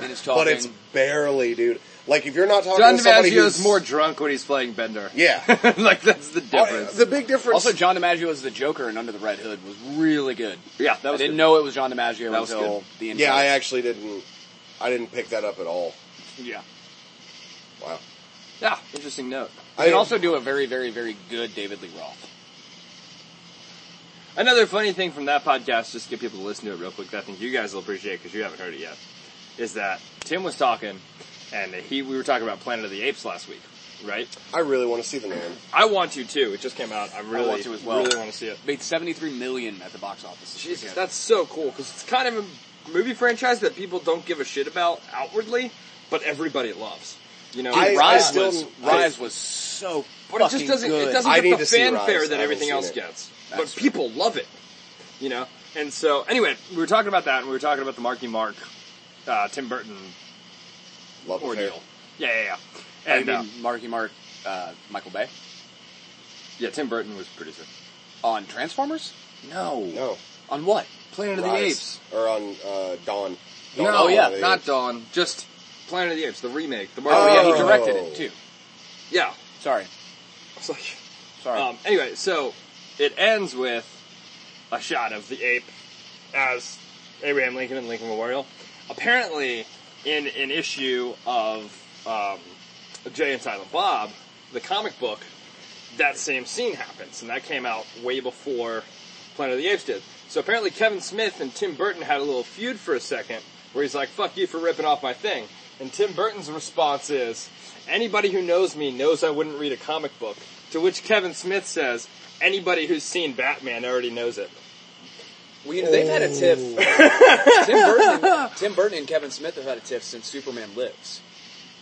Speaker 6: in his talking.
Speaker 1: but it's barely, dude. Like if you're not talking
Speaker 2: John
Speaker 1: to somebody
Speaker 2: DiMaggio
Speaker 1: who's
Speaker 2: is more drunk when he's playing Bender.
Speaker 1: Yeah.
Speaker 2: like that's the
Speaker 1: Uh,
Speaker 2: difference.
Speaker 1: the big difference.
Speaker 6: also, John DiMaggio as the Joker in Under the Red Hood was really good.
Speaker 2: yeah, that
Speaker 6: I
Speaker 2: was
Speaker 6: didn't
Speaker 2: good.
Speaker 6: know it was John DiMaggio
Speaker 2: That was
Speaker 6: until the intro.
Speaker 1: yeah, I actually didn't. I didn't pick that up at all.
Speaker 6: yeah.
Speaker 1: Wow.
Speaker 2: Yeah, interesting note.
Speaker 6: I can also do a very, very, very good David Lee Roth.
Speaker 2: Another funny thing from that podcast, just to get people to listen to it real quick, that I think you guys will appreciate because you haven't heard it yet, is that Tim was talking, and he we were talking about Planet of the Apes last week, right?
Speaker 1: I really want to see the man.
Speaker 2: I want to too. It just came out. I really,
Speaker 6: want to as well.
Speaker 2: really want to see it.
Speaker 6: Made seventy-three million at the box office. this
Speaker 2: Jesus,
Speaker 6: weekend.
Speaker 2: that's so cool because it's kind of a movie franchise that people don't give a shit about outwardly, but everybody loves. You know,
Speaker 1: I-
Speaker 6: Rise
Speaker 1: still-
Speaker 6: was Rise was so
Speaker 2: but it
Speaker 6: fucking
Speaker 2: just doesn't
Speaker 6: good.
Speaker 2: it doesn't
Speaker 1: I
Speaker 2: get
Speaker 1: need
Speaker 2: the
Speaker 1: to see
Speaker 2: fanfare
Speaker 1: Rise.
Speaker 2: that
Speaker 1: I
Speaker 2: everything
Speaker 1: haven't
Speaker 2: else
Speaker 1: seen it.
Speaker 2: gets.
Speaker 6: That's
Speaker 2: but people love it, you know. And so, anyway, we were talking about that, and we were talking about the Marky Mark, uh, Tim Burton
Speaker 1: Love affair.
Speaker 2: ordeal. Yeah, yeah, yeah.
Speaker 6: I
Speaker 2: And uh,
Speaker 6: mean, Marky Mark, uh, Michael Bay
Speaker 2: yeah, Tim Burton was producer.
Speaker 6: on Transformers.
Speaker 2: No,
Speaker 1: No.
Speaker 6: On what?
Speaker 2: Planet of the
Speaker 1: Rise.
Speaker 2: Apes.
Speaker 1: Or on uh, Dawn. Dawn
Speaker 2: No,
Speaker 1: of the
Speaker 6: Oh, yeah,
Speaker 1: Apes.
Speaker 2: Not Dawn, just Planet of the Apes, the remake, the Marvel.
Speaker 6: Oh, yeah,
Speaker 1: Oh.
Speaker 6: he directed it too.
Speaker 2: yeah.
Speaker 6: Sorry,
Speaker 2: It's like,
Speaker 6: sorry.
Speaker 2: um, anyway, so it ends with a shot of the ape as Abraham Lincoln and Lincoln Memorial. Apparently, in an issue of um, Jay and Silent Bob, the comic book, that same scene happens, and that came out way before Planet of the Apes did. So apparently, Kevin Smith and Tim Burton had a little feud for a second, where he's like, "Fuck you for ripping off my thing," and Tim Burton's response is, "Anybody who knows me knows I wouldn't read a comic book." To which Kevin Smith says, "Anybody who's seen Batman already knows it."
Speaker 3: Well, you know, they've had a tiff. Tim, Burton, Tim Burton and Kevin Smith have had a tiff since Superman Lives.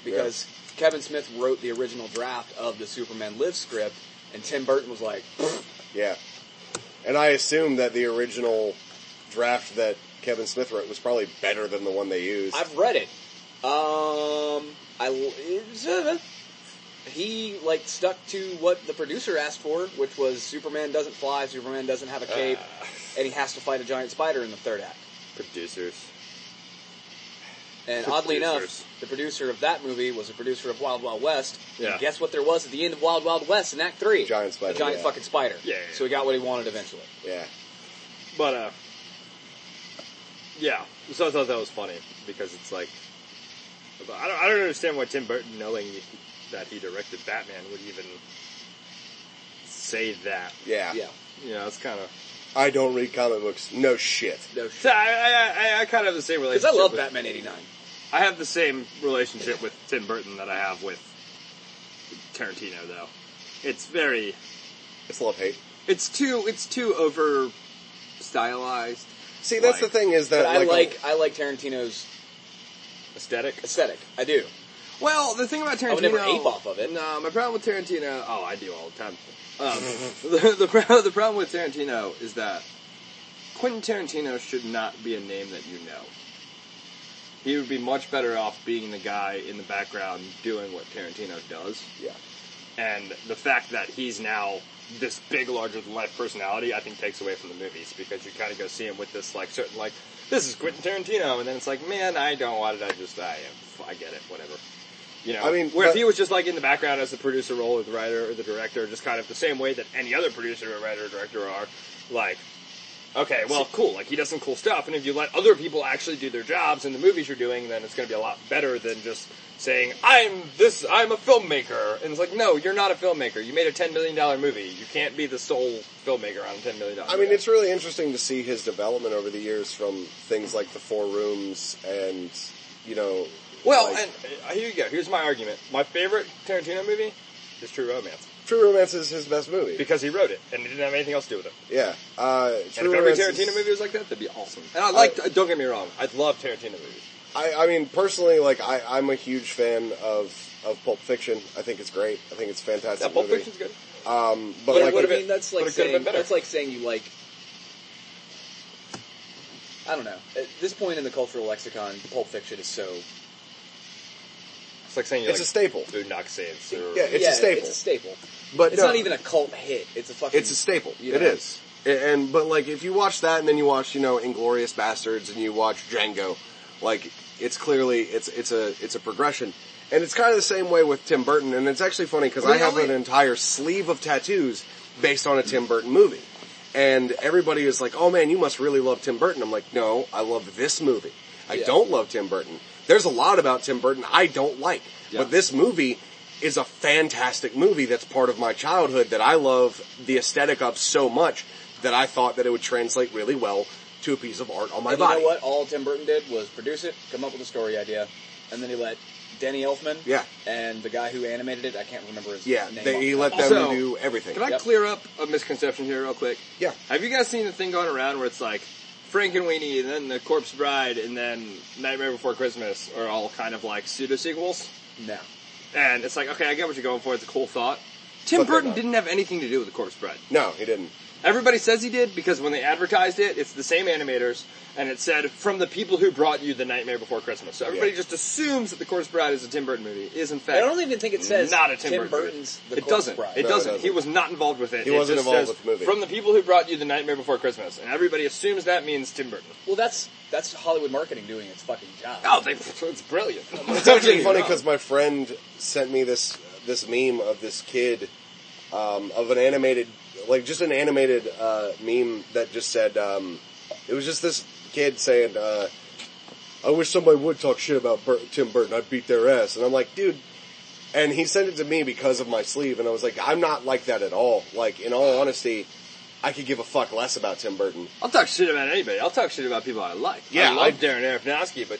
Speaker 3: Because Kevin Smith wrote the original draft of the Superman Lives script, and Tim Burton was like,
Speaker 1: Yeah. And I assume that the original draft that Kevin Smith wrote was probably better than the one they used.
Speaker 3: I've read it. Um, I l- he like stuck to what the producer asked for, which was Superman doesn't fly, Superman doesn't have a cape, and he has to fight a giant spider in the third act.
Speaker 11: Producers.
Speaker 3: And oddly
Speaker 11: Producers.
Speaker 3: enough, the producer of that movie was the producer of Wild Wild West.
Speaker 2: Yeah.
Speaker 3: And guess what there was at the end of Wild Wild West in Act Three?
Speaker 1: Giant spider,
Speaker 3: A giant
Speaker 1: yeah.
Speaker 3: fucking spider.
Speaker 2: Yeah, yeah,
Speaker 3: So he got what he wanted eventually.
Speaker 1: Yeah.
Speaker 2: But uh, yeah. So I thought that was funny because it's like, but I don't, I don't understand why Tim Burton, knowing that he directed Batman, would even say that.
Speaker 1: Yeah.
Speaker 3: Yeah.
Speaker 2: You know, it's kind of.
Speaker 1: I don't read comic books. No shit.
Speaker 3: No
Speaker 2: So I, I, I, I kind of have the same
Speaker 3: Because
Speaker 2: relationship.
Speaker 3: I love
Speaker 2: with,
Speaker 3: Batman '89.
Speaker 2: I have the same relationship with Tim Burton that I have with Tarantino, though. It's very.
Speaker 1: It's love hate.
Speaker 12: It's too it's too over stylized.
Speaker 1: See, that's
Speaker 12: Like-
Speaker 1: the thing is that
Speaker 3: But I
Speaker 1: a-
Speaker 3: like I like Tarantino's
Speaker 2: Aesthetic?
Speaker 3: aesthetic. I do.
Speaker 12: Well, the thing about Tarantino,
Speaker 3: I would never ape off of it.
Speaker 12: No, my problem with Tarantino. Oh, I do all the time. Um, the, the, pro- the problem with Tarantino is that Quentin Tarantino should not be a name that you know. He would be much better off being the guy in the background doing what Tarantino does.
Speaker 1: Yeah.
Speaker 2: And the fact that he's now this big, larger than life personality, I think takes away from the movies because you kind of go see him with this like certain like this is Quentin Tarantino, and then it's like, man, I don't. Why did I just? I I get it. Whatever. You know,
Speaker 1: I mean,
Speaker 2: where if
Speaker 1: but-
Speaker 2: he was just like in the background as the producer role, or the writer, or the director, just kind of the same way that any other producer, or writer, or director are, like, okay, well, cool. Like he does some cool stuff, and if you let other people actually do their jobs in the movies you're doing, then it's going to be a lot better than just saying I'm this. I'm a filmmaker, and it's like, no, you're not a filmmaker. You made a ten million dollar movie. You can't be the sole filmmaker on a ten million dollar.
Speaker 1: I mean, it's really interesting to see his development over the years from things like the Four Rooms and you know.
Speaker 2: well,
Speaker 1: like,
Speaker 2: and uh, here you go. Here's my argument. My favorite Tarantino movie is True Romance
Speaker 1: True Romance is his best movie.
Speaker 2: because he wrote it and he didn't have anything else to do with it.
Speaker 1: yeah. Uh,
Speaker 2: And
Speaker 1: True
Speaker 2: if every
Speaker 1: Romance.
Speaker 2: Tarantino
Speaker 1: is,
Speaker 2: movie was like that, that'd be awesome. And I like, don't get me wrong, I love Tarantino movies.
Speaker 1: I, I mean, personally, like I, I'm a huge fan of of Pulp Fiction. I think it's great. I think it's a fantastic
Speaker 2: Yeah, Pulp
Speaker 1: movie.
Speaker 2: Fiction's good.
Speaker 1: But,
Speaker 3: But,
Speaker 1: like,
Speaker 3: what I
Speaker 2: would've
Speaker 3: mean,
Speaker 2: been-
Speaker 3: that's
Speaker 2: but
Speaker 3: like
Speaker 2: it could've
Speaker 3: saying
Speaker 2: been better.
Speaker 3: that's like saying you like. I don't know. At this point in the cultural lexicon, Pulp Fiction is so
Speaker 2: It's like saying you
Speaker 1: it's
Speaker 2: like
Speaker 1: a staple.
Speaker 2: Boondock Saints or
Speaker 1: Yeah, it's
Speaker 3: Yeah,
Speaker 1: a staple.
Speaker 3: It's a staple.
Speaker 1: but
Speaker 3: It's
Speaker 1: no,
Speaker 3: not even a cult hit. It's a fucking.
Speaker 1: It's a staple.
Speaker 3: you
Speaker 1: It
Speaker 3: know.
Speaker 1: is. A- And but like if you watch that and then you watch you know Inglorious Bastards and you watch Django, like it's clearly it's it's a it's a progression. And it's kind of the same way with Tim Burton. And it's actually funny because I, have an entire sleeve of tattoos based on a Tim Burton movie. And everybody is like, "Oh man, you must really love Tim Burton." I'm like, "No, I love this movie. I don't love Tim Burton. There's a lot about Tim Burton I don't like, but this movie is a fantastic movie that's part of my childhood that I love the aesthetic of so much that I thought that it would translate really well to a piece of art on my
Speaker 3: And you
Speaker 1: body.
Speaker 3: know what? All Tim Burton did was produce it, come up with a story idea, and then he let Danny Elfman.
Speaker 1: Yeah.
Speaker 3: And the guy who animated it, I can't remember his
Speaker 1: Yeah,
Speaker 3: name.
Speaker 1: they, he let them
Speaker 12: Also,
Speaker 1: do everything.
Speaker 12: Can I
Speaker 3: Yep.
Speaker 12: clear up a misconception here, real quick?
Speaker 1: Yeah.
Speaker 12: Have you guys seen the thing going around where it's like Frankenweenie and then The Corpse Bride and then Nightmare Before Christmas are all kind of like pseudo sequels?
Speaker 3: No.
Speaker 12: And it's like, okay, I get what you're going for. It's a cool thought. Tim
Speaker 1: But they're
Speaker 12: Burton
Speaker 1: not.
Speaker 12: didn't have anything to do with The Corpse Bride.
Speaker 1: No, he didn't.
Speaker 12: Everybody says he did because when they advertised it, it's the same animators, and it said from the people who brought you The Nightmare Before Christmas. So everybody
Speaker 1: Yeah.
Speaker 12: just assumes that The Corpse Bride is a Tim Burton movie. It Is in fact
Speaker 3: I don't even think it says
Speaker 12: not a Tim,
Speaker 3: Tim
Speaker 12: Burton
Speaker 3: Burton's
Speaker 12: movie.
Speaker 3: The
Speaker 12: it
Speaker 3: Corpse
Speaker 12: doesn't.
Speaker 3: Bride.
Speaker 12: It
Speaker 1: No, it
Speaker 12: doesn't.
Speaker 1: doesn't.
Speaker 12: He was not involved with it.
Speaker 1: He
Speaker 12: It
Speaker 1: wasn't
Speaker 12: just
Speaker 1: involved
Speaker 12: says,
Speaker 1: with the movie.
Speaker 12: From the people who brought you The Nightmare Before Christmas, and everybody assumes that means Tim Burton.
Speaker 3: Well, that's that's Hollywood marketing doing its fucking job.
Speaker 12: Oh, they, it's brilliant.
Speaker 1: It's actually funny because my friend sent me this this meme of this kid um, of an animated, like just an animated uh, meme that just said um, it was just this kid saying, uh, "I wish somebody would talk shit about Bur- Tim Burton. I'd beat their ass." And I'm like, dude. And he sent it to me because of my sleeve, and I was like, I'm not like that at all. Like, in all honesty, I could give a fuck less about Tim Burton.
Speaker 12: I'll talk shit about anybody. I'll talk shit about people I like.
Speaker 1: Yeah,
Speaker 12: I
Speaker 1: I-
Speaker 12: love Darren Aronofsky, but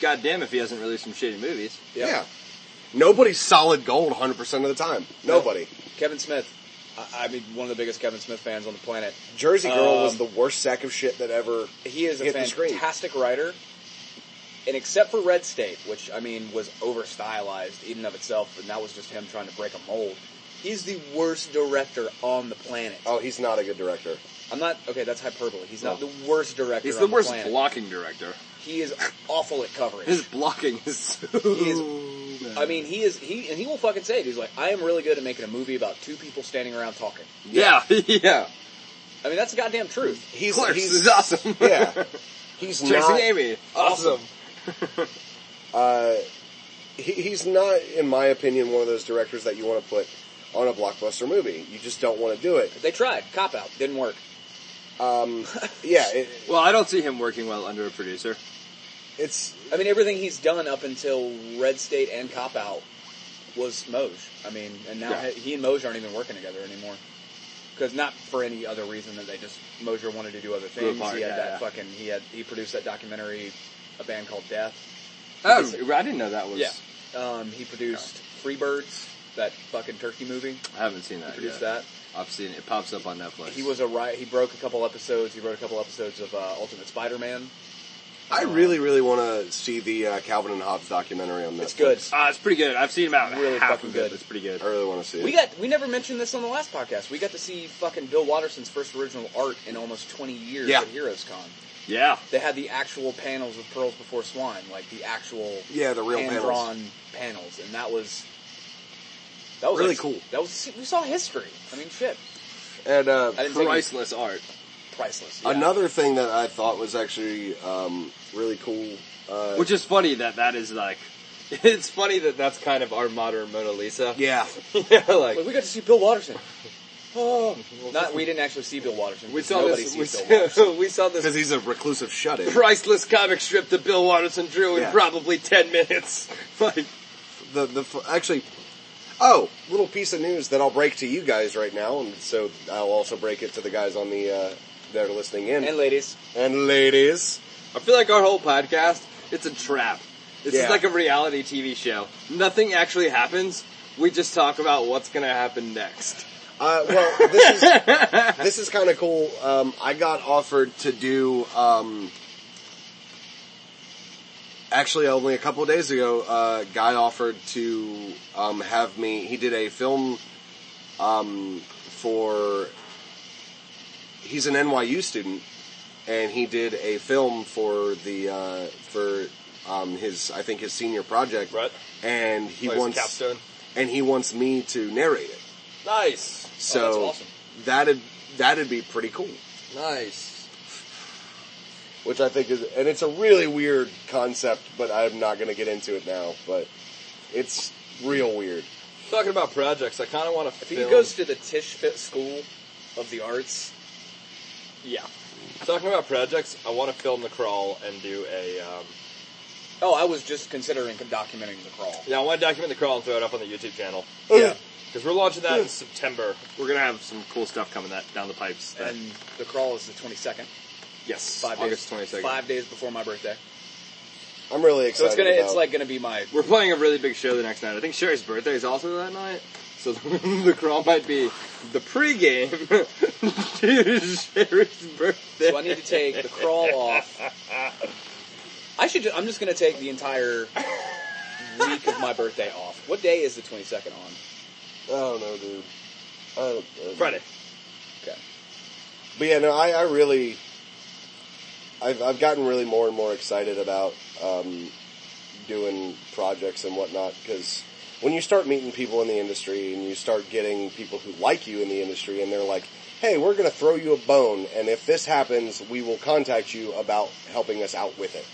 Speaker 12: goddamn if he hasn't released some shitty movies.
Speaker 1: Yeah. Nobody's solid gold 100% of the time. Nobody.
Speaker 3: Kevin Smith. I, I mean, one of the biggest Kevin Smith fans on the planet.
Speaker 1: Jersey Girl was
Speaker 3: Um,
Speaker 1: the worst sack of shit that ever.
Speaker 3: He is a
Speaker 1: hit the screen.
Speaker 3: fantastic writer. And except for Red State, which I mean was over stylized in and of itself, and that was just him trying to break a mold, he's the worst director on the planet.
Speaker 1: Oh, he's not a good director.
Speaker 3: I'm not okay. That's hyperbole. He's not the worst director.
Speaker 12: He's
Speaker 3: on
Speaker 12: the worst
Speaker 3: planet.
Speaker 12: blocking director.
Speaker 3: He is awful at coverage.
Speaker 12: His blocking is so
Speaker 3: He is I mean, he is he and he will fucking say it. He's like, I am really good at making a movie about two people standing around talking.
Speaker 2: Yeah, yeah.
Speaker 3: I mean, that's the goddamn truth.
Speaker 1: He's,
Speaker 2: Clerks
Speaker 1: he's
Speaker 2: is awesome.
Speaker 1: yeah. He's
Speaker 2: Chasing
Speaker 1: not
Speaker 2: Amy, awesome.
Speaker 1: uh, he, he's not, in my opinion, one of those directors that you want to put on a blockbuster movie. You just don't want to do it.
Speaker 3: They tried cop out, didn't work.
Speaker 1: Um, yeah, it,
Speaker 2: Well, I don't see him working well under a producer.
Speaker 1: it's
Speaker 3: I mean, everything he's done up until Red State and Cop Out was Moj. I mean, and now
Speaker 2: Yeah.
Speaker 3: he and Moj aren't even working together anymore. Because not for any other reason that they just Mosier wanted to do other things.
Speaker 2: apart,
Speaker 3: he had
Speaker 2: yeah,
Speaker 3: that
Speaker 2: yeah.
Speaker 3: fucking he had he produced that documentary, a band called Death.
Speaker 2: Oh, I didn't know that was.
Speaker 3: Yeah, um, he produced Freebirds, that fucking turkey movie.
Speaker 2: I haven't seen
Speaker 3: He
Speaker 2: that
Speaker 3: produced
Speaker 2: yet.
Speaker 3: that.
Speaker 2: I've seen it. It pops up on Netflix.
Speaker 3: He was a ri He broke a couple episodes. He wrote a couple episodes of uh, Ultimate Spider-Man.
Speaker 1: I
Speaker 3: Um,
Speaker 1: really, really want to see the uh, Calvin and Hobbes documentary on this.
Speaker 3: It's good.
Speaker 5: Uh, it's pretty good. I've seen about
Speaker 3: Really
Speaker 5: half
Speaker 3: fucking
Speaker 5: of it.
Speaker 3: good.
Speaker 5: It's pretty good.
Speaker 1: I really want to see it.
Speaker 3: We got we never mentioned this on the last podcast. We got to see fucking Bill Watterson's first original art in almost 20 years
Speaker 1: Yeah.
Speaker 3: at Heroes Con.
Speaker 5: Yeah.
Speaker 3: They had the actual panels of Pearls Before Swine, like the actual
Speaker 1: yeah, the real
Speaker 3: hand
Speaker 1: panels.
Speaker 3: drawn panels, and that was that was
Speaker 1: Really
Speaker 3: like-
Speaker 1: cool.
Speaker 3: That was we saw history. I mean, shit,
Speaker 1: And uh,
Speaker 3: I didn't think it was
Speaker 2: priceless art.
Speaker 3: priceless. Yeah.
Speaker 1: another thing that I thought was actually um, really cool. Uh,
Speaker 2: Which is funny that that is like. It's funny that that's kind of our modern Mona Lisa.
Speaker 1: yeah,
Speaker 2: yeah, like
Speaker 3: Like, we got to see Bill Watterson. Oh, not we didn't actually see Bill Watterson.
Speaker 2: we
Speaker 3: 'cause
Speaker 2: saw
Speaker 3: nobody
Speaker 2: this.
Speaker 3: sees
Speaker 2: We,
Speaker 3: Bill Watterson.
Speaker 2: saw- we saw this
Speaker 1: because he's a reclusive shut-in.
Speaker 2: priceless comic strip that Bill Watterson drew in
Speaker 1: Yeah.
Speaker 2: probably ten minutes. like,
Speaker 1: the the f- actually oh little piece of news that I'll break to you guys right now, and so I'll also break it to the guys on the uh, that are listening in
Speaker 3: And ladies,
Speaker 1: and ladies.
Speaker 2: I feel like our whole podcast, it's a trap. This
Speaker 1: Yeah.
Speaker 2: is like a reality TV show. Nothing actually happens. We just talk about what's gonna happen next.
Speaker 1: Uh, well, this is this is kind of cool. Um, I got offered to do um, actually only a couple of days ago. Uh, guy offered to um, have me. He did a film um, for. He's an NYU student, and he did a film for the uh, for um, his I think his senior project.
Speaker 5: Right.
Speaker 1: And he
Speaker 5: Plays
Speaker 1: wants
Speaker 5: capstone.
Speaker 1: and he wants me to narrate it.
Speaker 2: Oh,
Speaker 5: Nice.
Speaker 1: So
Speaker 3: Oh, that's awesome.
Speaker 1: that'd that'd be pretty cool.
Speaker 2: Nice.
Speaker 1: Which I think is, and it's a really weird concept, but I'm not going to get into it now. But it's real weird.
Speaker 5: Talking about projects, I kind of want to.
Speaker 3: if he goes to the Tisch Fit School of the Arts,
Speaker 5: yeah. Talking about projects, I want to film the crawl and do a. Um,
Speaker 3: oh, I was just considering documenting the crawl.
Speaker 5: yeah, I want to document the crawl and throw it up on the YouTube channel
Speaker 2: Oh,
Speaker 1: Yeah,
Speaker 5: because we're launching that in September. We're gonna have some cool stuff coming that down the pipes. that-
Speaker 3: And the crawl is the 22nd,
Speaker 5: yes,
Speaker 3: five
Speaker 5: August
Speaker 3: days,
Speaker 5: 22nd.
Speaker 3: five days before my birthday.
Speaker 1: I'm really
Speaker 3: So
Speaker 1: excited.
Speaker 3: it's gonna, it's
Speaker 1: about-
Speaker 3: like gonna be my.
Speaker 2: We're playing a really big show the next night. I think Sherry's birthday is also that night. So the crawl might be the pregame to Sherry's birthday.
Speaker 3: So I need to take the crawl off. I should. Ju- I'm just gonna take the entire week of my birthday off. What day is the 22nd on?
Speaker 1: I don't know, dude. I don't, I don't know.
Speaker 5: Friday.
Speaker 1: But yeah, no, I, I really, I've I've gotten really more and more excited about um, doing projects and whatnot because when you start meeting people in the industry and you start getting people who like you in the industry and they're like, hey, we're gonna throw you a bone, and if this happens, we will contact you about helping us out with it.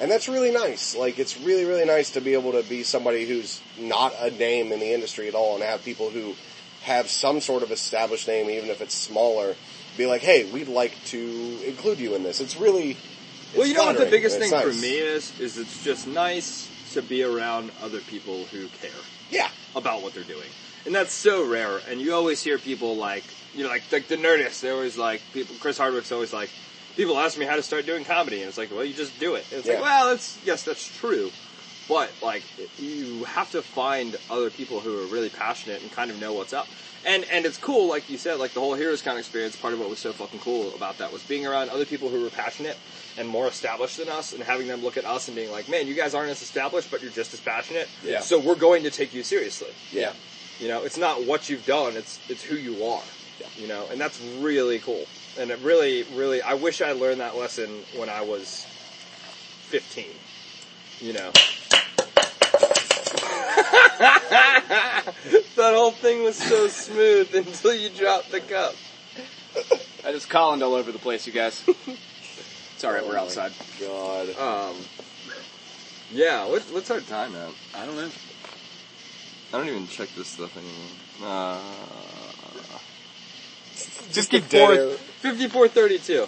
Speaker 1: And that's really nice. Like, it's really, really nice to be able to be somebody who's not a name in the industry at all and have people who have some sort of established name, even if it's smaller, be like, hey, we'd like to include you in this. It's really, it's
Speaker 2: Well, you know what the
Speaker 1: flattering,
Speaker 2: biggest
Speaker 1: and it's
Speaker 2: thing
Speaker 1: nice.
Speaker 2: for me is? Is it's just nice to be around other people who care
Speaker 1: Yeah.
Speaker 2: about what they're doing. And that's so rare. And you always hear people like, you know, like, like the Nerdist, they're always like, people, Chris Hardwick's always like, people ask me how to start doing comedy. And it's like, well, you just do it. And it's
Speaker 1: Yeah.
Speaker 2: like, well, that's, yes, that's true. But like, you have to find other people who are really passionate and kind of know what's up. And, and it's cool, like you said, like the whole Heroes Con experience, part of what was so fucking cool about that was being around other people who were passionate and more established than us and having them look at us and being like, man, you guys aren't as established, but you're just as passionate.
Speaker 3: Yeah.
Speaker 2: So we're going to take you seriously.
Speaker 3: Yeah.
Speaker 2: You know, it's not what you've done; it's it's who you are. You know, and that's really cool. And it really, really, I wish I learned that lesson when I was fifteen. You know,
Speaker 10: that whole thing was so smooth until you dropped the cup.
Speaker 6: I just collined all over the place, you guys. It's all right. we're outside.
Speaker 4: God.
Speaker 10: Um, yeah, what, what's our time at?
Speaker 6: I don't know.
Speaker 5: I don't even check this stuff anymore. Uh,
Speaker 1: Just
Speaker 10: keep
Speaker 1: dead
Speaker 10: forth.
Speaker 1: air.
Speaker 10: 5432.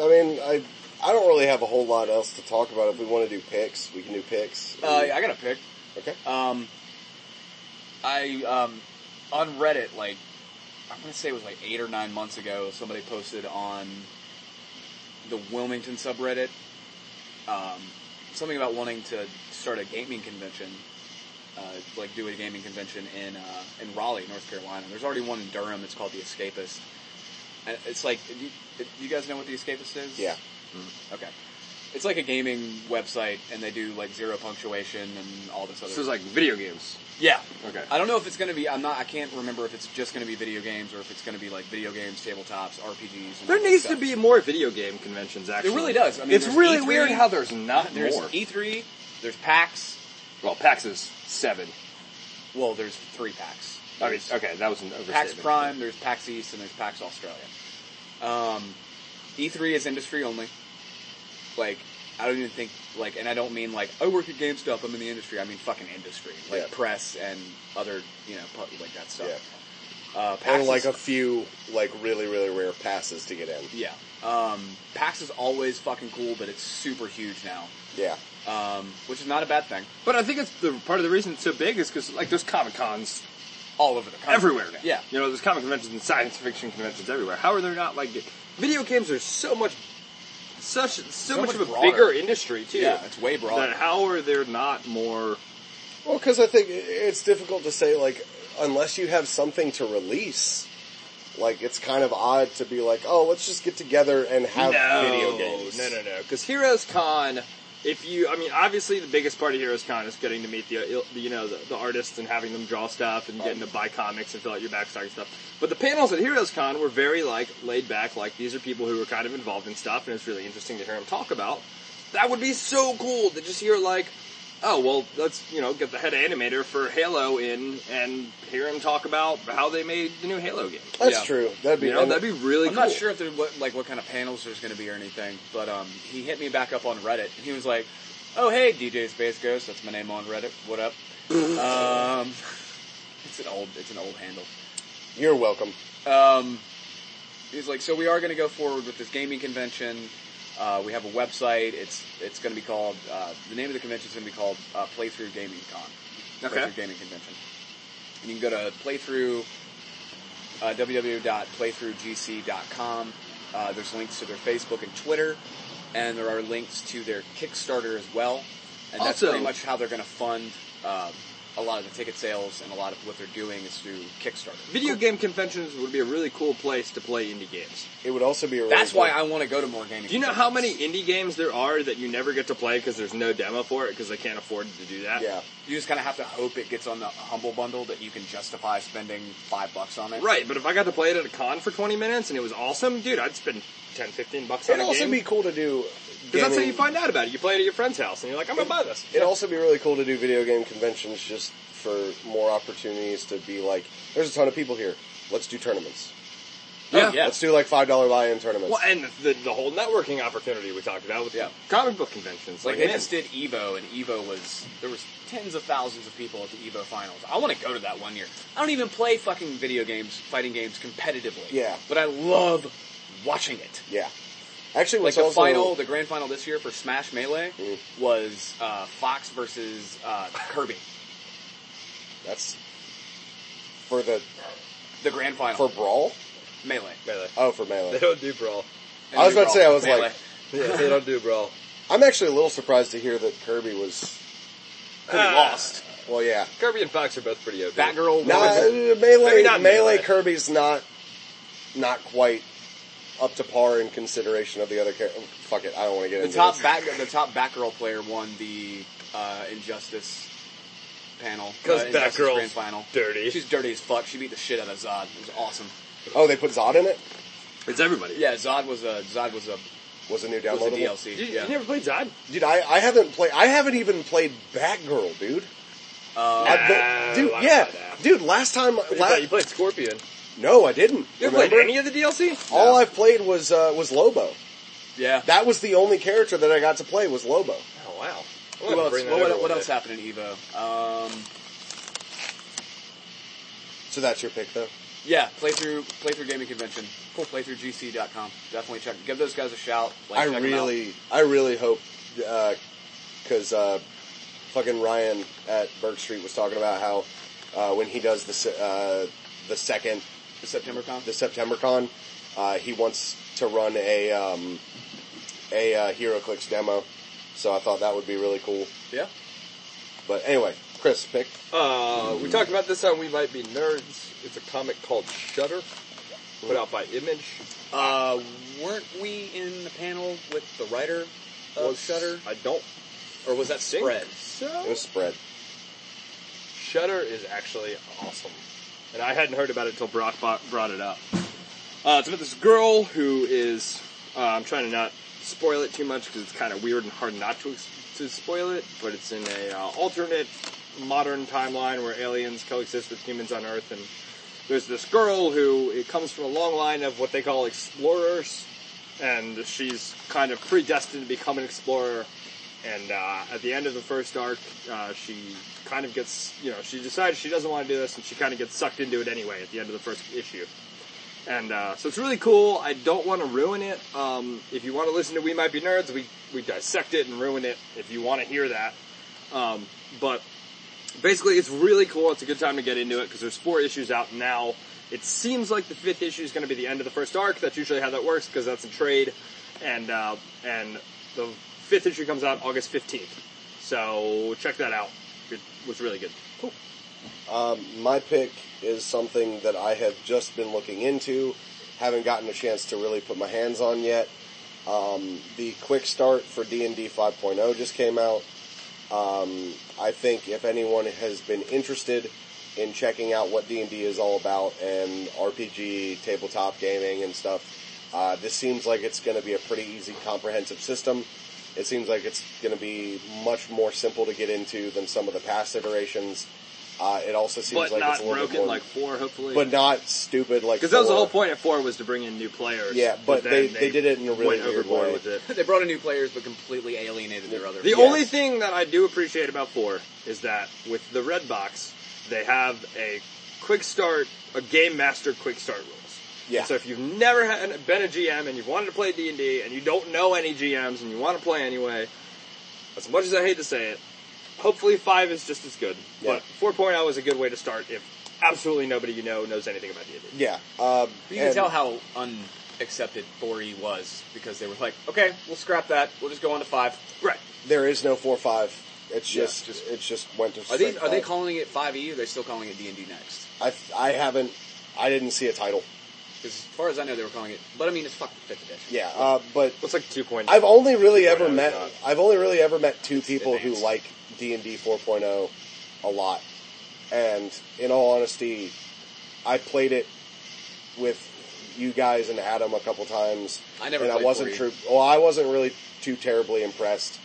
Speaker 1: I mean, I I don't really have a whole lot else to talk about. If we want to do picks, we can do picks.
Speaker 3: Uh, I got a pick.
Speaker 1: Okay.
Speaker 3: Um, I um, on Reddit, like I'm gonna say it was like eight or nine months ago, somebody posted on the Wilmington subreddit um, something about wanting to start a gaming convention, uh, like do a gaming convention in uh, in Raleigh, North Carolina. There's already one in Durham. It's called the Escapist. And it's like, you, you guys know what the Escapist is? Mm-hmm.
Speaker 1: Yeah.
Speaker 3: Okay. It's like a gaming website, and they do like zero punctuation and all this other.
Speaker 10: So it's like video games.
Speaker 3: yeah.
Speaker 10: Okay.
Speaker 3: I don't know if it's going to be. I'm not. I can't remember if it's just going to be video games or if it's going to be like video games, tabletops, RPGs. And
Speaker 10: There
Speaker 3: all that
Speaker 10: needs to
Speaker 3: stuff.
Speaker 10: be more video game conventions, actually.
Speaker 3: It really does. I mean,
Speaker 10: it's
Speaker 3: there's
Speaker 10: really
Speaker 3: E3,
Speaker 10: weird how there's not
Speaker 3: there's
Speaker 10: more.
Speaker 3: E3, there's PAX.
Speaker 10: well, PAX is seven.
Speaker 3: Well, there's three PAX.
Speaker 10: I mean, okay, that was an overstatement.
Speaker 3: PAX Prime, there's PAX East, and there's PAX Australia. Um, E3 is industry only. Like, I don't even think, like, and I don't mean like, I work at GameStop, I'm in the industry. I mean fucking industry. Like,
Speaker 1: Yeah.
Speaker 3: press and other, you know, pu- like that stuff.
Speaker 1: Yeah.
Speaker 3: Uh, PAX
Speaker 1: And
Speaker 3: is-
Speaker 1: like a few like really really rare passes to get in.
Speaker 3: yeah. Um, PAX is always fucking cool, but it's super huge now.
Speaker 1: Yeah.
Speaker 3: Um, which is not a bad thing.
Speaker 2: But I think it's the part of the reason it's so big is because like there's comic cons
Speaker 3: All over the country.
Speaker 2: everywhere. now.
Speaker 3: Um, Yeah.
Speaker 2: you know there's comic conventions and science fiction conventions everywhere. How are there not like
Speaker 10: Video games are so much, such so, much,
Speaker 3: much
Speaker 10: of a
Speaker 3: broader.
Speaker 10: bigger industry too.
Speaker 3: Yeah, it's way broader.
Speaker 2: that? How are there not more?
Speaker 1: Well, because I think i- it's difficult to say like unless you have something to release. Like it's kind of odd to be like, oh, let's just get together and have video games.
Speaker 2: No, no, no.
Speaker 10: Because
Speaker 2: Heroes Con, if you, I mean, obviously the biggest part of Heroes Con is getting to meet the, the you know, the, the artists and having them draw stuff and getting to buy comics and fill out your backstory and stuff. But the panels at Heroes Con were very like laid back, like these are people who were kind of involved in stuff, and it's really interesting to hear them talk about. That would be so cool to just hear like, oh well, let's you know get the head animator for Halo in and hear him talk about how they made the new Halo game.
Speaker 1: That's
Speaker 3: Yeah.
Speaker 1: true. That'd be
Speaker 2: You know,
Speaker 1: and-
Speaker 2: that'd be really
Speaker 3: I'm
Speaker 2: cool.
Speaker 3: not sure if there what, like what kind of panels there's going to be or anything, but um, he hit me back up on Reddit and he was like, "Oh hey, DJ Space Ghost, that's my name on Reddit. What up?" um, it's an old it's an old handle.
Speaker 1: You're welcome.
Speaker 3: Um, he's like, "So we are going to go forward with this gaming convention. Uh, we have a website. It's it's going to be called uh, the name of the convention is going to be called uh, Playthrough Gaming Con.
Speaker 2: Okay.
Speaker 3: Playthrough Gaming Convention. And you can go to playthrough uh, www.playthroughgc.com. Uh, there's links to their Facebook and Twitter, and there are links to their Kickstarter as well. And that's
Speaker 2: Also-
Speaker 3: pretty much how they're going to fund uh, a lot of the ticket sales and a lot of what they're doing is through Kickstarter.
Speaker 10: video game conventions would be a really cool place to play indie games.
Speaker 1: It would also be. A really
Speaker 3: That's why
Speaker 1: good-
Speaker 3: I want to go to more gaming.
Speaker 10: Do you know how many indie games there are that you never get to play because there's no demo for it because they can't afford to do that?
Speaker 1: Yeah.
Speaker 3: You just kind of have to hope it gets on the humble bundle that you can justify spending five bucks on it.
Speaker 10: Right, but if I got to play it at a con for 20 minutes and it was awesome, dude, I'd spend 10, 15 bucks on
Speaker 1: It'd
Speaker 10: a
Speaker 1: also
Speaker 10: game.
Speaker 1: be cool to do.
Speaker 10: Because that's how
Speaker 1: gaming-
Speaker 10: you find out about it. You play it at your friend's house and you're like, I'm going to buy this.
Speaker 1: It'd also be really cool to do video game conventions just for more opportunities to be like, there's a ton of people here. Let's do tournaments.
Speaker 3: Yeah.
Speaker 1: Let's do like five dollar buy-in tournaments.
Speaker 10: Well, and the, the whole networking opportunity we talked about with
Speaker 3: Yeah.
Speaker 10: comic book conventions.
Speaker 3: Like
Speaker 10: Like,
Speaker 3: they
Speaker 10: man,
Speaker 3: just did Evo, and Evo was there was tens of thousands of people at the Evo finals. I want to go to that one year. I don't even play fucking video games, fighting games competitively.
Speaker 1: Yeah.
Speaker 3: but I love watching it.
Speaker 1: yeah. Actually,
Speaker 3: Like
Speaker 1: what's
Speaker 3: the
Speaker 1: also Mm.
Speaker 3: final, the grand final this year for Smash Melee was uh, Fox versus uh, Kirby.
Speaker 1: that's for the
Speaker 3: The grand final
Speaker 1: for brawl.
Speaker 3: Melee.
Speaker 1: Oh, for melee.
Speaker 10: don't do brawl.
Speaker 3: And
Speaker 1: I was about to
Speaker 3: Brawl.
Speaker 1: say, I was like-
Speaker 10: Yeah, they don't do brawl.
Speaker 1: I'm actually a little surprised to hear that Kirby was.
Speaker 3: Kirby lost.
Speaker 1: Well, yeah.
Speaker 10: Kirby and Fox are both pretty OP.
Speaker 3: Batgirl
Speaker 1: Nah,
Speaker 3: won.
Speaker 1: uh,
Speaker 10: Maybe
Speaker 1: melee,
Speaker 10: not
Speaker 1: melee
Speaker 10: Melee.
Speaker 1: Kirby's not not quite up to par in consideration of the other character. Fuck it, I don't want to get
Speaker 3: The
Speaker 1: into
Speaker 3: top
Speaker 1: this.
Speaker 3: back, the top Batgirl player won the uh, Injustice panel.
Speaker 10: 'Cause
Speaker 3: uh, Injustice
Speaker 10: Batgirl's
Speaker 3: grand final.
Speaker 10: dirty.
Speaker 3: She's dirty as fuck. She beat the shit out of Zod. It was awesome.
Speaker 1: Oh, they put Zod in it.
Speaker 10: It's everybody.
Speaker 3: Yeah, Zod was a Zod was a
Speaker 1: Was a new
Speaker 3: was a
Speaker 1: downloadable.
Speaker 3: DLC.
Speaker 10: You,
Speaker 3: yeah.
Speaker 10: you never played Zod?
Speaker 1: Dude, I, I haven't played. I haven't even played Batgirl, dude. I- but- dude, yeah, dude. Last time, la-
Speaker 2: you played Scorpion.
Speaker 1: no, I didn't.
Speaker 2: You ever
Speaker 1: remember?
Speaker 2: played any of the DLC?
Speaker 1: All I've played was uh, was Lobo.
Speaker 3: Yeah.
Speaker 1: That was the only character that I got to play was Lobo.
Speaker 2: Oh wow.
Speaker 3: Who else? What, what, what else happened in Evo? Um,
Speaker 1: So that's your pick, though.
Speaker 3: yeah, playthrough playthrough gaming convention. Cool. Playthroughgc.com. Definitely check. Give those guys a shout. Like,
Speaker 1: I
Speaker 3: check 'em out.
Speaker 1: really, I really hope, because uh, fucking Ryan at Burke Street was talking about how uh, when he does the se- uh, the second
Speaker 3: the September con.
Speaker 1: the September con, uh, he wants to run a um, a uh, HeroClix demo. So I thought that would be really cool.
Speaker 3: Yeah.
Speaker 1: But anyway, Chris, pick.
Speaker 10: Uh, we talked about this on We Might Be Nerds. It's a comic called Shudder, put out by Image.
Speaker 3: Uh, weren't we in the panel with the writer of
Speaker 10: Was-
Speaker 3: Shutter,
Speaker 10: I don't
Speaker 3: or was that
Speaker 10: think
Speaker 3: spread?
Speaker 1: It
Speaker 10: so.
Speaker 1: was spread.
Speaker 2: Shutter is actually awesome, and I hadn't heard about it until Brock bo- brought it up. Uh, it's about this girl who is. Uh, I'm trying to not spoil it too much because it's kind of weird and hard not to ex- to spoil it. But it's in a uh, alternate modern timeline where aliens coexist with humans on Earth, and there's this girl who it comes from a long line of what they call explorers, and she's kind of predestined to become an explorer. And uh, at the end of the first arc, uh, she kind of gets, you know, she decides she doesn't want to do this, and she kind of gets sucked into it anyway at the end of the first issue. And uh, so it's really cool. I don't want to ruin it. Um, if you want to listen to We Might Be Nerds, we, we dissect it and ruin it if you want to hear that. Um, but basically, it's really cool. It's a good time to get into it because there's four issues out now. It seems like the fifth issue is going to be the end of the first arc. That's usually how that works because that's a trade, and uh, and the fifth issue comes out August fifteenth. So check that out. It was really good. Cool.
Speaker 1: My pick is something that I have just been looking into, haven't gotten a chance to really put my hands on yet. Um, the quick start for D&D 5.0 just came out. Um, I think if anyone has been interested in checking out what D&D is all about and RPG, tabletop gaming and stuff, uh, this seems like it's going to be a pretty easy, comprehensive system. It seems like it's going to be much more simple to get into than some of the past iterations. Uh, it also seems
Speaker 2: But
Speaker 1: like
Speaker 2: not
Speaker 1: it's a little bit
Speaker 2: broken
Speaker 1: more,
Speaker 2: like four, hopefully.
Speaker 1: but not stupid like
Speaker 2: because that was the
Speaker 1: four.
Speaker 2: whole point of four was to bring in new players.
Speaker 1: Yeah, but
Speaker 2: then
Speaker 1: they- they did it in a really
Speaker 2: went
Speaker 1: weird
Speaker 2: overboard
Speaker 1: way.
Speaker 2: with it.
Speaker 3: they brought in new players, but completely alienated their other.
Speaker 2: The
Speaker 1: Yes.
Speaker 2: only thing that I do appreciate about four is that with the red box, they have a quick start, a game master quick start rules.
Speaker 1: Yeah.
Speaker 2: So if you've never had, been a GM and you've wanted to play D and D and you don't know any GMs and you want to play anyway, as much as I hate to say it, hopefully five is just as good.
Speaker 1: Yeah.
Speaker 2: But 4.0 is a good way to start if absolutely nobody you know knows anything about D and D.
Speaker 1: Yeah. Um,
Speaker 3: You can
Speaker 1: and-
Speaker 3: tell how unaccepted 4E was because they were like, okay, we'll scrap that. We'll just go on to five.
Speaker 2: Right.
Speaker 1: There is no four five. It's
Speaker 3: Yeah,
Speaker 1: just, it's just went to.
Speaker 3: Are they
Speaker 1: straight
Speaker 3: are they
Speaker 1: five.
Speaker 3: calling it 5E? Or are they still calling it D&D next?
Speaker 1: I I haven't. I didn't see a title.
Speaker 3: Because as far as I know, they were calling it. But I mean, it's fucking fifth edition.
Speaker 1: Yeah, uh, but
Speaker 2: It's like two point. oh.
Speaker 1: I've only really ever
Speaker 2: it's
Speaker 1: met.
Speaker 2: not.
Speaker 1: I've only really ever met two people who
Speaker 3: advanced.
Speaker 1: like D and D 4.0 a lot. And in all honesty, I played it with you guys and Adam a couple times.
Speaker 3: I never
Speaker 1: and I
Speaker 3: played E.
Speaker 1: wasn't
Speaker 3: 4E.
Speaker 1: true. Well, I wasn't really too terribly impressed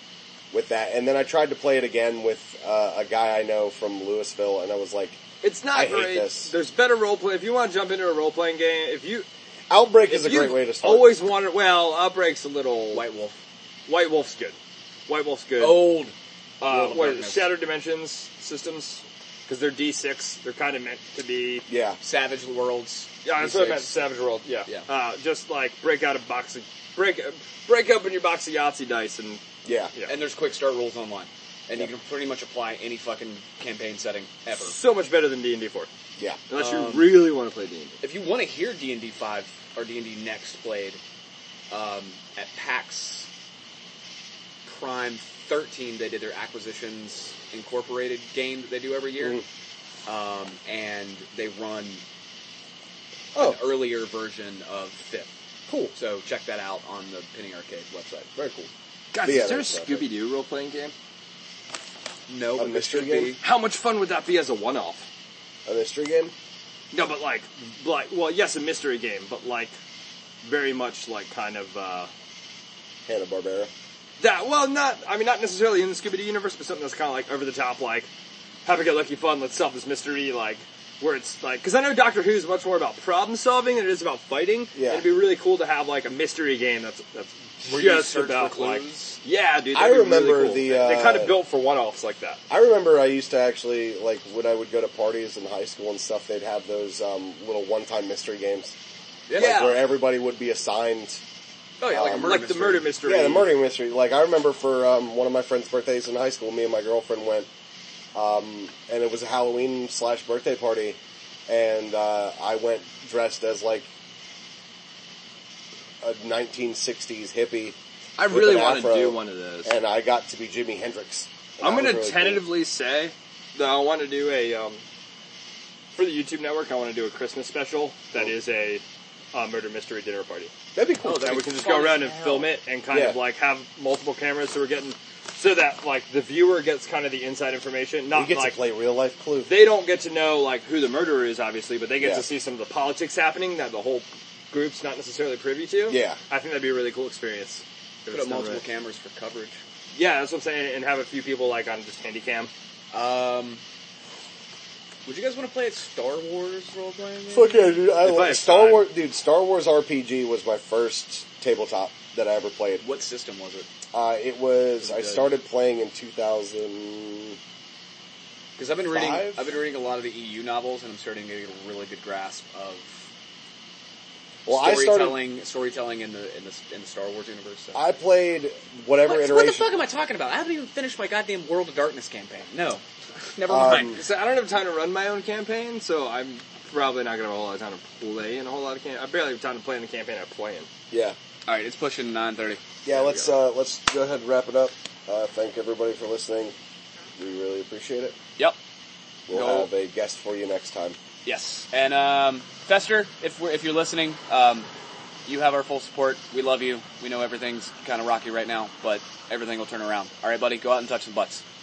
Speaker 1: with that. And then I tried to play it again with uh, a guy I know from Louisville, and I was like,
Speaker 2: It's not
Speaker 1: I hate
Speaker 2: great.
Speaker 1: this.
Speaker 2: There's better role play. If you want to jump into a role playing game, if you
Speaker 1: "Outbreak is a
Speaker 2: If you
Speaker 1: great way to start."
Speaker 2: Always wanted. Well, Outbreak's a little. White,
Speaker 3: White Wolf.
Speaker 2: White Wolf's good. White Wolf's good.
Speaker 3: Old.
Speaker 2: uh,
Speaker 3: World of
Speaker 2: what
Speaker 3: Darkness.
Speaker 2: Shattered Dimensions systems because they're D6. They're kind of meant to be.
Speaker 1: yeah,
Speaker 3: Savage Worlds.
Speaker 2: Yeah, that's what I
Speaker 3: D6.
Speaker 2: meant. Savage World. Yeah.
Speaker 3: Yeah.
Speaker 2: Uh, just like break out a box of break break open your box of Yahtzee dice and
Speaker 1: yeah,
Speaker 2: yeah.
Speaker 3: And there's quick start rules online. And you can pretty much apply any fucking campaign setting ever.
Speaker 2: so much better than D and D four.
Speaker 1: yeah.
Speaker 2: Unless
Speaker 3: Um,
Speaker 2: you really want to play D and D.
Speaker 3: If you want to hear D&D 5 or D&D Next played um, at PAX Prime 13, they did their Acquisitions Incorporated game that they do every year.
Speaker 1: Mm-hmm.
Speaker 3: Um, and they run
Speaker 1: Oh.
Speaker 3: an earlier version of 5th.
Speaker 1: Cool.
Speaker 3: So check that out on the Penny Arcade website.
Speaker 1: Very cool.
Speaker 2: Guys,
Speaker 1: But yeah,
Speaker 2: is there a
Speaker 1: that's-
Speaker 2: Scooby Doo role playing game?
Speaker 3: No, but there
Speaker 1: mystery
Speaker 3: should
Speaker 1: game?
Speaker 3: be.
Speaker 2: How much fun would that be as a one off?
Speaker 1: A mystery game.
Speaker 2: No, but like, like, well, yes, a mystery game, but like, very much like kind of uh,
Speaker 1: Hanna Barbera.
Speaker 2: that. Well, not, I mean, not necessarily in the Scooby Doo universe, but something that's kind of like over the top, like happy-go-lucky fun, let's solve this mystery, like, where it's like, because I know Doctor Who is much more about problem solving than it is about fighting.
Speaker 1: Yeah.
Speaker 2: And it'd be really cool to have like a mystery game that's that's
Speaker 6: Where you
Speaker 2: just
Speaker 6: search for
Speaker 2: about like,
Speaker 6: clues?
Speaker 2: yeah, dude.
Speaker 1: I
Speaker 2: that'd be really
Speaker 1: remember
Speaker 2: cool.
Speaker 1: the,
Speaker 2: They- they
Speaker 1: uh,
Speaker 2: kind of built for one-offs like that.
Speaker 1: I remember I used to actually like when I would go to parties in high school and stuff. They'd have those um, little one-time mystery games,
Speaker 3: Yeah.
Speaker 1: like, where everybody would be assigned.
Speaker 3: Oh yeah, like a
Speaker 1: Um,
Speaker 3: murder
Speaker 2: like the
Speaker 3: mystery.
Speaker 2: murder mystery.
Speaker 1: Yeah, the murder mystery. Like I remember for um, one of my friend's birthdays in high school, me and my girlfriend went, um, and it was a Halloween slash birthday party, and uh, I went dressed as like a 1960s hippie,
Speaker 10: I
Speaker 1: With
Speaker 10: really
Speaker 1: an
Speaker 10: want
Speaker 1: afro.
Speaker 10: to do one of those.
Speaker 1: and I got to be Jimi Hendrix. And
Speaker 2: I'm
Speaker 1: that was
Speaker 2: gonna
Speaker 1: really cool.
Speaker 2: tentatively say that I want to do a um, for the YouTube network. I want to do a Christmas special that is a uh, murder mystery dinner party.
Speaker 1: That'd be cool.
Speaker 2: Oh, that we can just go around and film it and kind of
Speaker 1: Yeah.
Speaker 2: like have multiple cameras, so we're getting so that like the viewer gets kind of the inside information.
Speaker 1: we
Speaker 2: Not
Speaker 1: get
Speaker 2: like
Speaker 1: to play real life Clue.
Speaker 2: they don't get to know like who the murderer is, obviously, but they get
Speaker 1: Yeah.
Speaker 2: to see some of the politics happening that the whole group's not necessarily privy to.
Speaker 1: Yeah.
Speaker 2: I think that'd be a really cool experience. If
Speaker 3: Put
Speaker 2: it's
Speaker 3: up
Speaker 2: done
Speaker 3: multiple
Speaker 2: right.
Speaker 3: cameras for coverage.
Speaker 2: Yeah, that's what I'm saying, and have a few people like on just handy cam.
Speaker 3: Um, would you guys want to play a Star Wars role playing game?
Speaker 1: Fuck yeah, dude! I
Speaker 2: If I
Speaker 1: like
Speaker 2: have
Speaker 1: Star
Speaker 2: time.
Speaker 1: Wars, dude. Star Wars RPG was my first tabletop that I ever played.
Speaker 3: What system was it?
Speaker 1: Uh, it was I started playing in 2000.
Speaker 3: Because I've been reading, i
Speaker 1: Five?
Speaker 3: I've been reading a lot of the EU novels, and I'm starting to get a really good grasp of
Speaker 1: Well, I started.
Speaker 3: storytelling, storytelling in the in the in the Star Wars universe. So.
Speaker 1: I played whatever
Speaker 3: what, what the
Speaker 1: iteration.
Speaker 3: fuck am I talking about? I haven't even finished my goddamn World of Darkness campaign. No, never
Speaker 1: Um,
Speaker 3: mind.
Speaker 2: So I don't have time to run my own campaign, so I'm probably not gonna have a whole lot of time to play in a whole lot of campaign. I barely have time to play in the campaign I play in.
Speaker 1: yeah,
Speaker 6: All right, it's pushing nine thirty.
Speaker 1: yeah. Let's uh, let's go ahead and wrap it up. Uh, thank everybody for listening. We really appreciate it.
Speaker 6: Yep.
Speaker 1: We'll
Speaker 6: No.
Speaker 1: have a guest for you next time.
Speaker 6: Yes. And um, Fester, if we're, if you're listening, um, you have our full support. We love you. We know everything's kind of rocky right now, but everything will turn around. All right, buddy, go out and touch some butts.